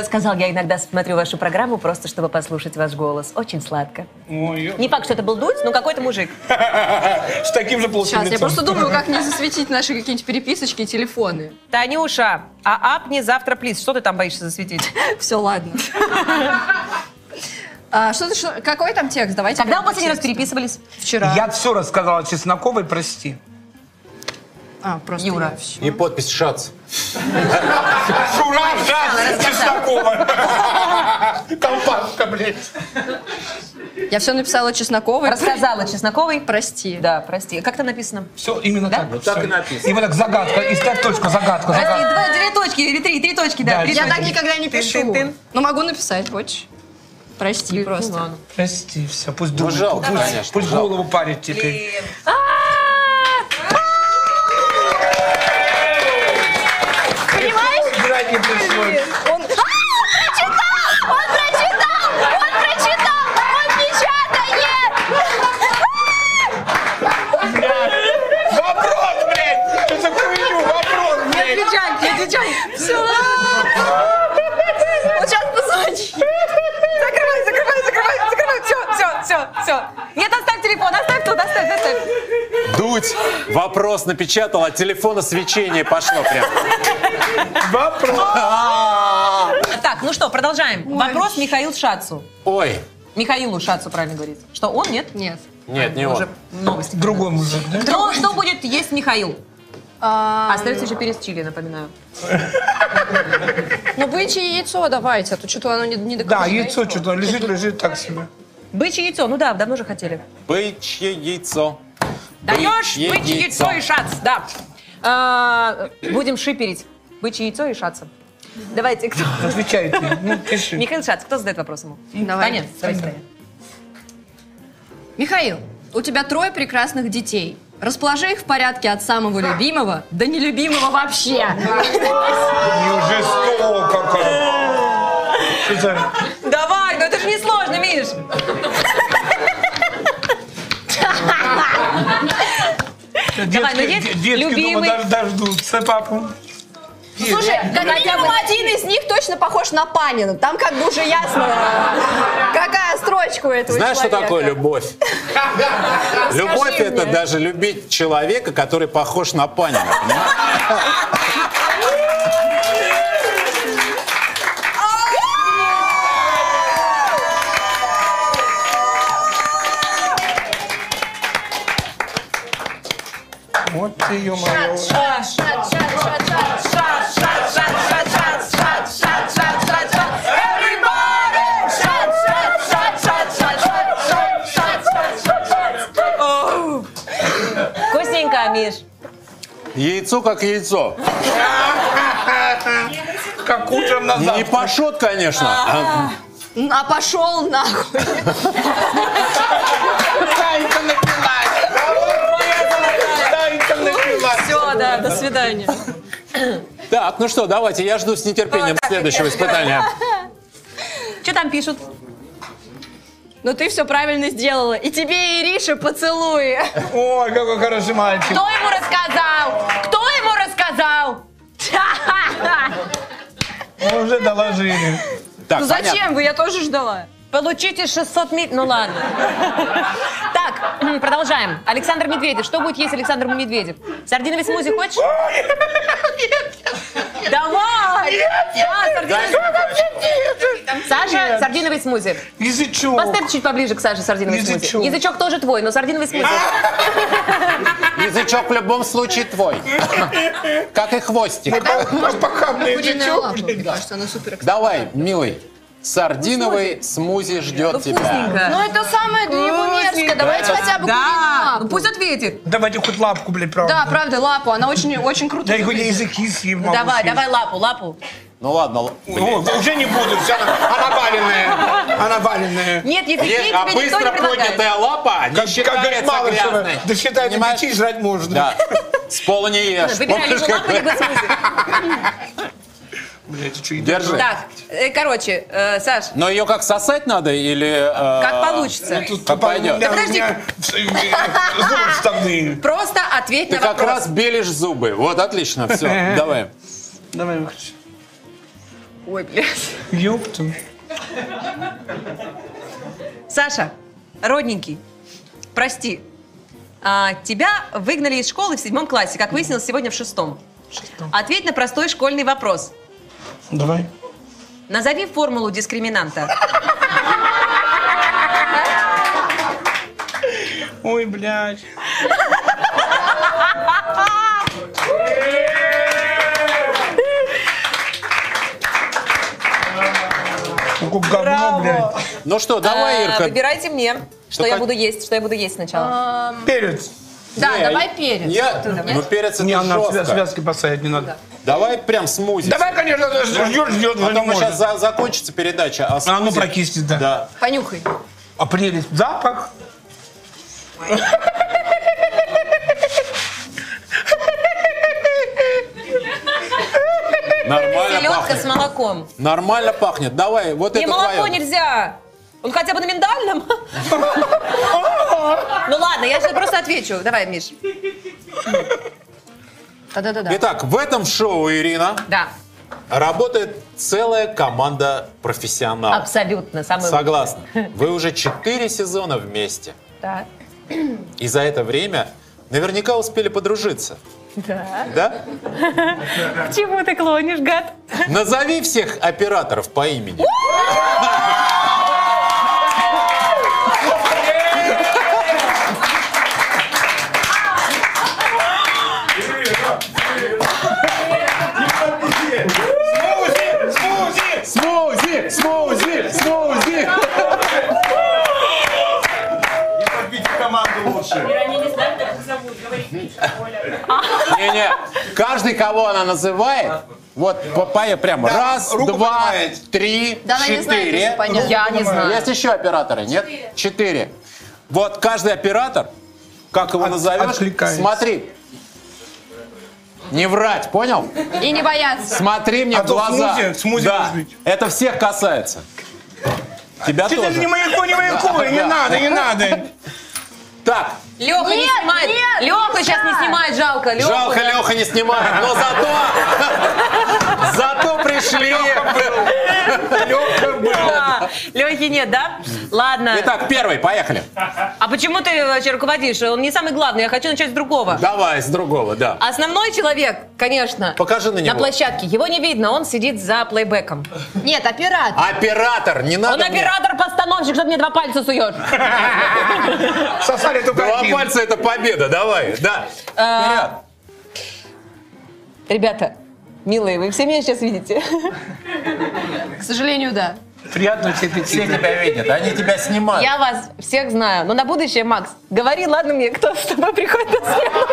Speaker 2: э, сказал, я иногда смотрю вашу программу просто, чтобы послушать ваш голос. Очень сладко. Не факт, что это был Дудь, но какой-то мужик.
Speaker 7: С таким же плохим
Speaker 4: Сейчас, я
Speaker 7: лицом.
Speaker 4: просто думаю, как не засветить наши какие-нибудь переписочки и телефоны.
Speaker 2: Танюша, а апни завтра, плиз. Что ты там боишься засветить?
Speaker 4: Все, ладно. А, что ты, что- какой там текст? Давайте.
Speaker 2: Когда вы
Speaker 4: прямо
Speaker 2: последний раз
Speaker 4: текст.
Speaker 2: переписывались?
Speaker 4: Вчера.
Speaker 7: Я все рассказала Чесноковой, прости.
Speaker 4: А, просто
Speaker 2: Юра.
Speaker 4: я всё.
Speaker 5: И подпись «Шац».
Speaker 7: Шура, Чеснокова. Компашка, блядь.
Speaker 4: Я все написала Чесноковой.
Speaker 2: Рассказала Чесноковой.
Speaker 4: Прости.
Speaker 2: Да, прости. Как там написано?
Speaker 7: Все именно так.
Speaker 5: Вот так и написано.
Speaker 7: И вот так загадка, и ставь точку, загадка,
Speaker 2: Прости,
Speaker 7: загадка.
Speaker 2: два- две точки или три, три точки, да.
Speaker 7: Да,
Speaker 2: три
Speaker 4: Я
Speaker 2: точки.
Speaker 4: так никогда не пишу.
Speaker 2: Тын-тын-тын.
Speaker 4: Но могу написать, хочешь? Прости просто.
Speaker 7: Прости, все, пусть
Speaker 5: Ну,
Speaker 7: думает.
Speaker 5: жалко,
Speaker 7: пусть,
Speaker 5: конечно,
Speaker 7: пусть
Speaker 5: жалко.
Speaker 7: голову парит теперь.
Speaker 4: Понимаешь?
Speaker 7: Играть не пришлось.
Speaker 4: Он... А, прочитал! Он прочитал! Он прочитал! Он печатает!
Speaker 7: Вопрос, блядь! Что за хуйню? Вопрос, блядь!
Speaker 2: Отвечай, не отвечай.
Speaker 4: Все, Он сейчас позвонит.
Speaker 2: Закрывай, закрывай, закрывай, закрывай. Все, все, все, все. Нет, оставь телефон, оставь тут, оставь, оставь.
Speaker 5: Дудь вопрос напечатал, от телефона свечение пошло прям. Вопрос.
Speaker 2: Так, ну что, продолжаем. Вопрос Михаил Шацу.
Speaker 5: Ой,
Speaker 2: Михаилу Шацу правильно говорить. Что, он, нет?
Speaker 4: Нет.
Speaker 5: нет, не он.
Speaker 2: Новости.
Speaker 7: Ну, Другой мужик, да?
Speaker 2: Что, что будет есть Михаил?
Speaker 4: А,
Speaker 2: Остается еще перец чили, напоминаю.
Speaker 4: ну, бычье яйцо давайте, а то что-то оно не, не до
Speaker 7: Да,
Speaker 4: конца
Speaker 7: яйцо
Speaker 4: дошло.
Speaker 7: что-то лежит, лежит так себе.
Speaker 2: Бычье яйцо, ну да, давно же хотели.
Speaker 5: Бычье яйцо.
Speaker 2: Даешь
Speaker 5: Бычье
Speaker 2: бычье яйцо и шац, да. А, будем шиперить. Бычье яйцо и шаца. Давайте, кто?
Speaker 7: Отвечай ты, ну пиши.
Speaker 2: Михаил Шац, кто задает вопрос ему?
Speaker 4: Давай.
Speaker 2: Таня, Ну, давай, Таня.
Speaker 4: Михаил, у тебя трое прекрасных детей. Расположи их в порядке от самого любимого до нелюбимого вообще.
Speaker 7: Не жестоко как. Что за-
Speaker 2: Давай, ну это же не сложно, Миш. Давай, ну
Speaker 7: Детки-
Speaker 2: есть
Speaker 7: де- Детки
Speaker 2: любимый?
Speaker 7: дома дож- дождутся папу.
Speaker 4: Слушай, как минимум один из них точно похож на Панина. Там как бы уже ясно, какая строчка у этого
Speaker 5: Знаешь, что
Speaker 4: человека.
Speaker 5: такое любовь? Любовь
Speaker 4: Скажи
Speaker 5: это
Speaker 4: мне.
Speaker 5: даже любить человека, который похож на Панина. понимаешь?
Speaker 4: А!
Speaker 7: Вот ты, ё-моё.
Speaker 2: Вкусненько, Миш.
Speaker 5: Яйцо как яйцо.
Speaker 7: Как утром на
Speaker 5: Не
Speaker 7: завтрак.
Speaker 5: пашот, конечно. а
Speaker 4: А пошел нахуй.
Speaker 7: Танька напилась. Танька напилась.
Speaker 2: Все, да, до свидания.
Speaker 5: Так, ну что, давайте, я жду с нетерпением следующего испытания.
Speaker 2: Что там пишут?
Speaker 4: Но Ну, ты все правильно сделала. И тебе, и Ирише поцелуи.
Speaker 7: Ой, какой хороший мальчик.
Speaker 2: Кто ему рассказал? Кто ему рассказал?
Speaker 7: Мы уже доложили.
Speaker 5: Так,
Speaker 4: ну зачем
Speaker 5: понятно.
Speaker 4: вы? Я тоже ждала.
Speaker 2: Получите 600 миль... Ну ладно. Так, продолжаем. Александр Медведев. Что будет есть Александр Медведев? Сардиновый смузи хочешь? Давай! Да, сардиновый- Саша, сардиновый смузи.
Speaker 7: Язычок.
Speaker 2: Поставь чуть поближе к Саше сардиновый смузи.
Speaker 7: Язычок.
Speaker 2: Язычок тоже твой, но сардиновый смузи.
Speaker 5: Язычок в любом случае твой. Как и хвостик.
Speaker 7: Похабный
Speaker 4: Куриная
Speaker 7: язычок,
Speaker 4: лапа,
Speaker 7: блин.
Speaker 4: мне кажется, она супер
Speaker 5: Давай, милый,
Speaker 2: Ну,
Speaker 5: сардиновый смузи ждет тебя.
Speaker 4: Ну это самое для него мерзкое. Давайте хотя бы куриную лапу.
Speaker 2: Ну пусть ответит.
Speaker 7: Давайте хоть лапку, блин, правда.
Speaker 4: Да, правда, лапу. Она очень, очень круто.
Speaker 7: Да и хоть я
Speaker 4: выглядит.
Speaker 7: языки съем. могу
Speaker 2: Давай,
Speaker 7: съесть.
Speaker 2: давай лапу, лапу.
Speaker 5: Ну ладно, л- блин.
Speaker 7: О, да уже не буду, все, она, она валеная. Она валеная.
Speaker 2: Нет, языки
Speaker 5: Есть, а
Speaker 2: тебе никто не
Speaker 5: быстро
Speaker 2: предлагает.
Speaker 5: поднятая лапа не
Speaker 7: Как, как говорит
Speaker 5: считается
Speaker 7: Малышева,
Speaker 5: грязной.
Speaker 7: да считается,
Speaker 5: Понимаешь?
Speaker 7: детей жрать можно.
Speaker 5: Да. С пола не ешь.
Speaker 2: Выбирай
Speaker 5: Помнишь,
Speaker 2: либо
Speaker 5: как
Speaker 2: лапу, либо
Speaker 5: мы-
Speaker 2: смузи.
Speaker 7: Блядь, ты что, иди.
Speaker 5: Держи.
Speaker 2: Так, э, короче, э, Саш,
Speaker 5: Но ее как сосать надо или... э,
Speaker 2: как получится?
Speaker 7: Тут,
Speaker 5: Как
Speaker 7: по-моему,
Speaker 5: пойдет.
Speaker 7: у меня-
Speaker 2: подожди.
Speaker 7: у меня зубы вставные.
Speaker 2: Просто ответь
Speaker 5: Ты
Speaker 2: на
Speaker 5: как
Speaker 2: вопрос.
Speaker 5: раз белишь зубы. Вот, отлично, все, давай.
Speaker 7: Давай выключи.
Speaker 2: Ой, блядь.
Speaker 7: Ёпта.
Speaker 2: Саша, родненький, прости. А, тебя выгнали из школы в седьмом классе, как выяснилось сегодня в шестом. Ответь на простой школьный вопрос.
Speaker 7: Давай.
Speaker 2: Назови формулу дискриминанта.
Speaker 7: Ой, блядь. Ну, Какое говно, блядь.
Speaker 5: Ну что, давай,
Speaker 2: Э,
Speaker 5: Ирка.
Speaker 2: Выбирайте мне, что я
Speaker 5: Только-
Speaker 2: буду есть, что я буду есть
Speaker 5: А,
Speaker 2: сначала.
Speaker 7: Перец.
Speaker 4: Да,
Speaker 5: Не,
Speaker 4: давай перец.
Speaker 5: Я... Ну, перец это
Speaker 7: Не, она в свя-
Speaker 5: жестко.
Speaker 7: связки поставить не надо.
Speaker 5: Давай прям смузи.
Speaker 7: Давай, конечно, ждет, ждет,
Speaker 5: А
Speaker 7: но не
Speaker 5: то сейчас
Speaker 7: может.
Speaker 5: за- закончится передача. А
Speaker 7: А ну
Speaker 5: смузи-
Speaker 7: прокиснет, да.
Speaker 5: Да.
Speaker 4: Понюхай.
Speaker 7: А прелесть. Запах.
Speaker 5: Нормально
Speaker 2: Селедка
Speaker 5: пахнет.
Speaker 2: с молоком.
Speaker 5: Нормально пахнет. Давай, вот
Speaker 2: Не,
Speaker 5: это
Speaker 2: молоко
Speaker 5: твое.
Speaker 2: нельзя. Он хотя бы на миндальном. Ну ладно, я сейчас просто отвечу. Давай, Миш. Да-да-да.
Speaker 5: Итак, в этом шоу, Ирина,
Speaker 2: Да,
Speaker 5: работает целая команда профессионалов.
Speaker 2: абсолютно. Самый
Speaker 5: Согласна. Вы уже четыре сезона вместе.
Speaker 2: Да.
Speaker 5: И за это время наверняка успели подружиться. Да. Да?
Speaker 2: К чему ты клонишь, гад?
Speaker 5: Назови всех операторов по имени. Смоузи! Смоузи! Смоузи! Не-не, каждый, кого она называет, вот попая прямо. Раз,
Speaker 7: руку
Speaker 5: два,
Speaker 7: поднимает.
Speaker 5: три,
Speaker 4: Да, она не знает, если
Speaker 5: четыре.
Speaker 4: понятно.
Speaker 2: Я не знаю.
Speaker 5: Есть еще операторы, нет? Четыре. Вот каждый оператор, как его
Speaker 7: От-
Speaker 5: назовешь,
Speaker 7: откликается.
Speaker 5: смотри. Не врать, понял?
Speaker 4: И не бояться.
Speaker 5: Смотри мне
Speaker 7: А
Speaker 5: в
Speaker 7: то
Speaker 5: глаза.
Speaker 7: смузи- смузи
Speaker 5: да,
Speaker 7: может быть.
Speaker 5: это всех касается. Тебя
Speaker 7: Ты
Speaker 5: тоже.
Speaker 7: даже не маяку, не маяку, не
Speaker 5: да.
Speaker 7: надо, не надо.
Speaker 5: Так,
Speaker 2: Леха не
Speaker 4: Нет,
Speaker 2: снимает.
Speaker 4: нет,
Speaker 2: Леха сейчас не снимает, жалко. Леха.
Speaker 5: жалко, Леха не снимает, но зато... Зато пришли.
Speaker 7: Лёгко было.
Speaker 2: Лехи нет, да? Ладно.
Speaker 5: Итак, первый, поехали.
Speaker 2: А почему ты вообще руководишь? Он не самый главный, я хочу начать с другого.
Speaker 5: Давай, с другого, да.
Speaker 2: Основной человек, конечно,
Speaker 5: Покажи на
Speaker 2: на
Speaker 5: него.
Speaker 2: площадке. Его не видно, он сидит за плейбеком.
Speaker 4: Нет, оператор.
Speaker 5: Оператор, не надо
Speaker 2: Он
Speaker 5: мне.
Speaker 2: оператор-постановщик, что ты мне два пальца суешь.
Speaker 7: Сосали только
Speaker 5: Два
Speaker 7: один.
Speaker 5: пальца это победа, давай, да.
Speaker 2: А, Ребята, милые, вы все меня сейчас видите?
Speaker 4: К сожалению, да.
Speaker 7: Приятного тебе
Speaker 5: Все
Speaker 7: аппетита.
Speaker 5: тебя видят, они тебя снимают.
Speaker 2: Я вас всех знаю, но на будущее, Макс, говори, ладно мне, кто с тобой приходит на смену.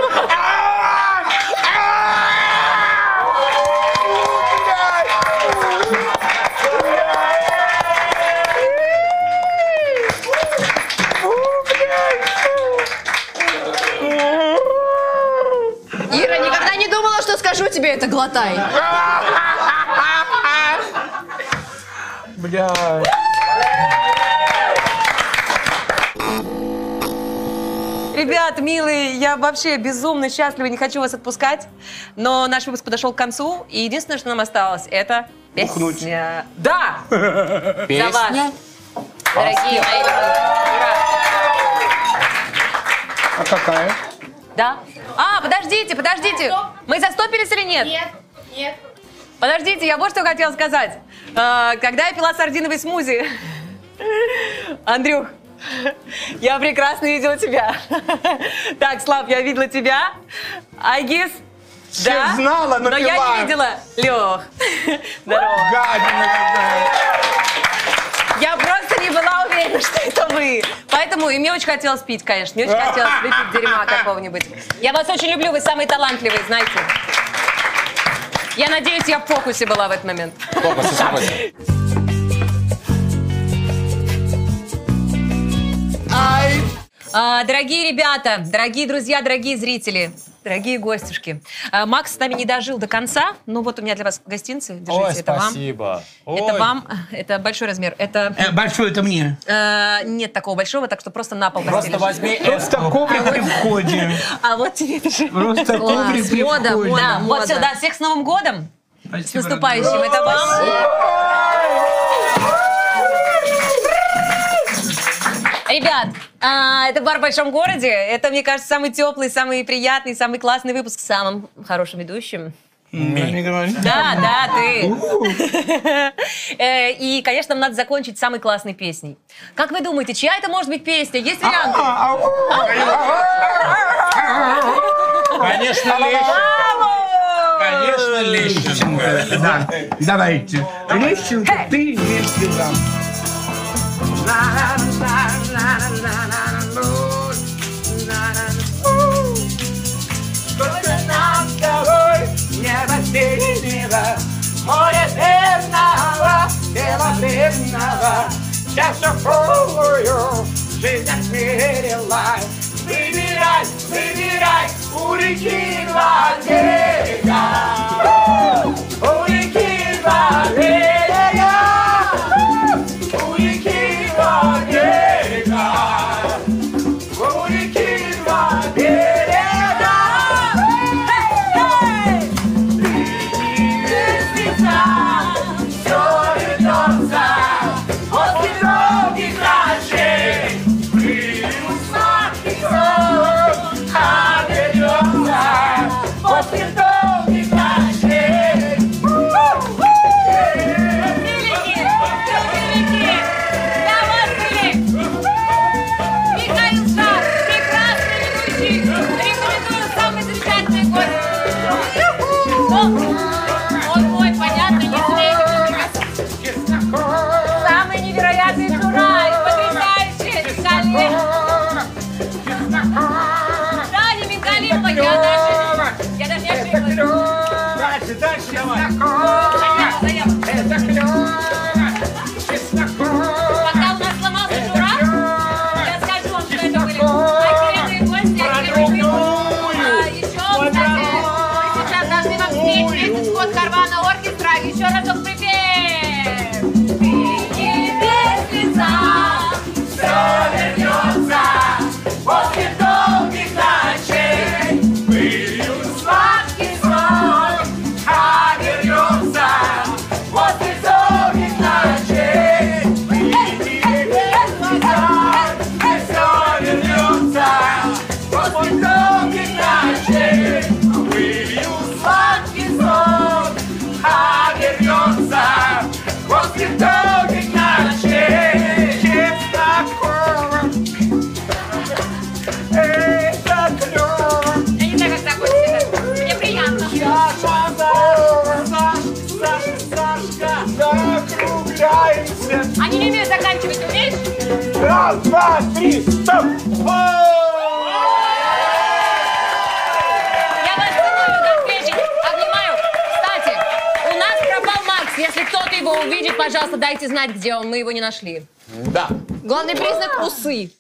Speaker 4: Ира, никогда не думала, что скажу тебе это глотай.
Speaker 7: Бля.
Speaker 2: Ребят, милые, я вообще безумно счастлива, не хочу вас отпускать, но наш выпуск подошел к концу, и единственное, что нам осталось, это
Speaker 7: Бухнуть.
Speaker 2: Песня. Да! За вас,
Speaker 5: Песня.
Speaker 2: дорогие мои. Ура!
Speaker 7: А какая?
Speaker 2: Да. А, подождите, подождите. Мы застопились или нет?
Speaker 10: Нет, нет.
Speaker 2: Подождите, я вот что хотела сказать. Э, Когда я пила сардиновый смузи, Андрюх, я прекрасно видела тебя. Так, Слав, я видела тебя. Айгиз,
Speaker 7: Всё
Speaker 2: да.
Speaker 7: знала, но
Speaker 2: я
Speaker 7: пила.
Speaker 2: не видела. Лех, здорово.
Speaker 7: Гадина какая.
Speaker 2: Я просто не была уверена, что это вы. Поэтому и мне очень хотелось пить, конечно. Мне очень хотелось выпить дерьма какого-нибудь. Я вас очень люблю, вы самые талантливые, знаете. Я надеюсь, я в фокусе была в этот момент.
Speaker 5: Папа, сосвободься.
Speaker 2: А, дорогие ребята, дорогие друзья, дорогие зрители, дорогие гостюшки. А, Макс с нами не дожил до конца. Ну вот у меня для вас гостинцы. Держите,
Speaker 5: Ой,
Speaker 2: это вам.
Speaker 5: спасибо.
Speaker 2: Это
Speaker 5: Ой.
Speaker 2: вам, это большой размер. Это
Speaker 7: Э, Большой это мне.
Speaker 2: э, нет такого большого, так что просто на пол
Speaker 5: Просто
Speaker 2: постелишь.
Speaker 5: возьми
Speaker 7: Просто коврик при входе.
Speaker 2: А вот тебе тоже.
Speaker 7: Просто коврик при
Speaker 4: Мода,
Speaker 7: входе.
Speaker 4: мода.
Speaker 2: Да, вот сюда. Всех с Новым годом! С
Speaker 7: Спасибо,
Speaker 2: наступающим. Это вам. Ребят, а, это бар в большом городе. Это, мне кажется, самый теплый, самый приятный, самый классный выпуск с самым хорошим ведущим.
Speaker 7: родная.
Speaker 2: Да, да, ты. Э, И, конечно, нам надо закончить самой классной песней. Как вы думаете, чья это может быть песня? Есть варианты?
Speaker 7: А, ау.
Speaker 5: Конечно, Лещенко. Конечно, Лещенко.
Speaker 7: Да, давайте. Лещенко, ты Лещенко.
Speaker 10: Um Михаил Шар, прекрасный ведущий. Рекомендую самый замечательный гость. Ну, Он мой, понятно, не зря. Самый невероятный Журай, потрясающий Михаил. Да, не Михаилова, я даже, я даже не ошиблась. Заявка, заявка. Пока у нас сломался журак, я скажу вам, что это были охеренные гости, охеренные А еще, кстати, мы сейчас должны вам спеть песню Скотт Карвана Оркестра. Еще разок припев. И без лица все вернется после долгих ночей. Пылью сладкий сон, а вернется после долгих ночей. И без лица все вернется после долгих ночей. Пылью сладкий сон, а вернется после долгих ночей. Чистокол. Это клёво.
Speaker 12: Я не знаю, как так хочется. Мне приятно.
Speaker 10: Я Сашка, Сашка,
Speaker 7: Закругляемся.
Speaker 12: Они не умеют заканчивать, умеешь?
Speaker 7: Раз, два, три, стоп!
Speaker 12: Я вас целую, как печень. Обнимаю. Кстати, у нас пропал Макс. Если кто-то его увидит, пожалуйста, дайте знать, где он. Мы его не нашли.
Speaker 5: Да.
Speaker 4: Главный признак – усы.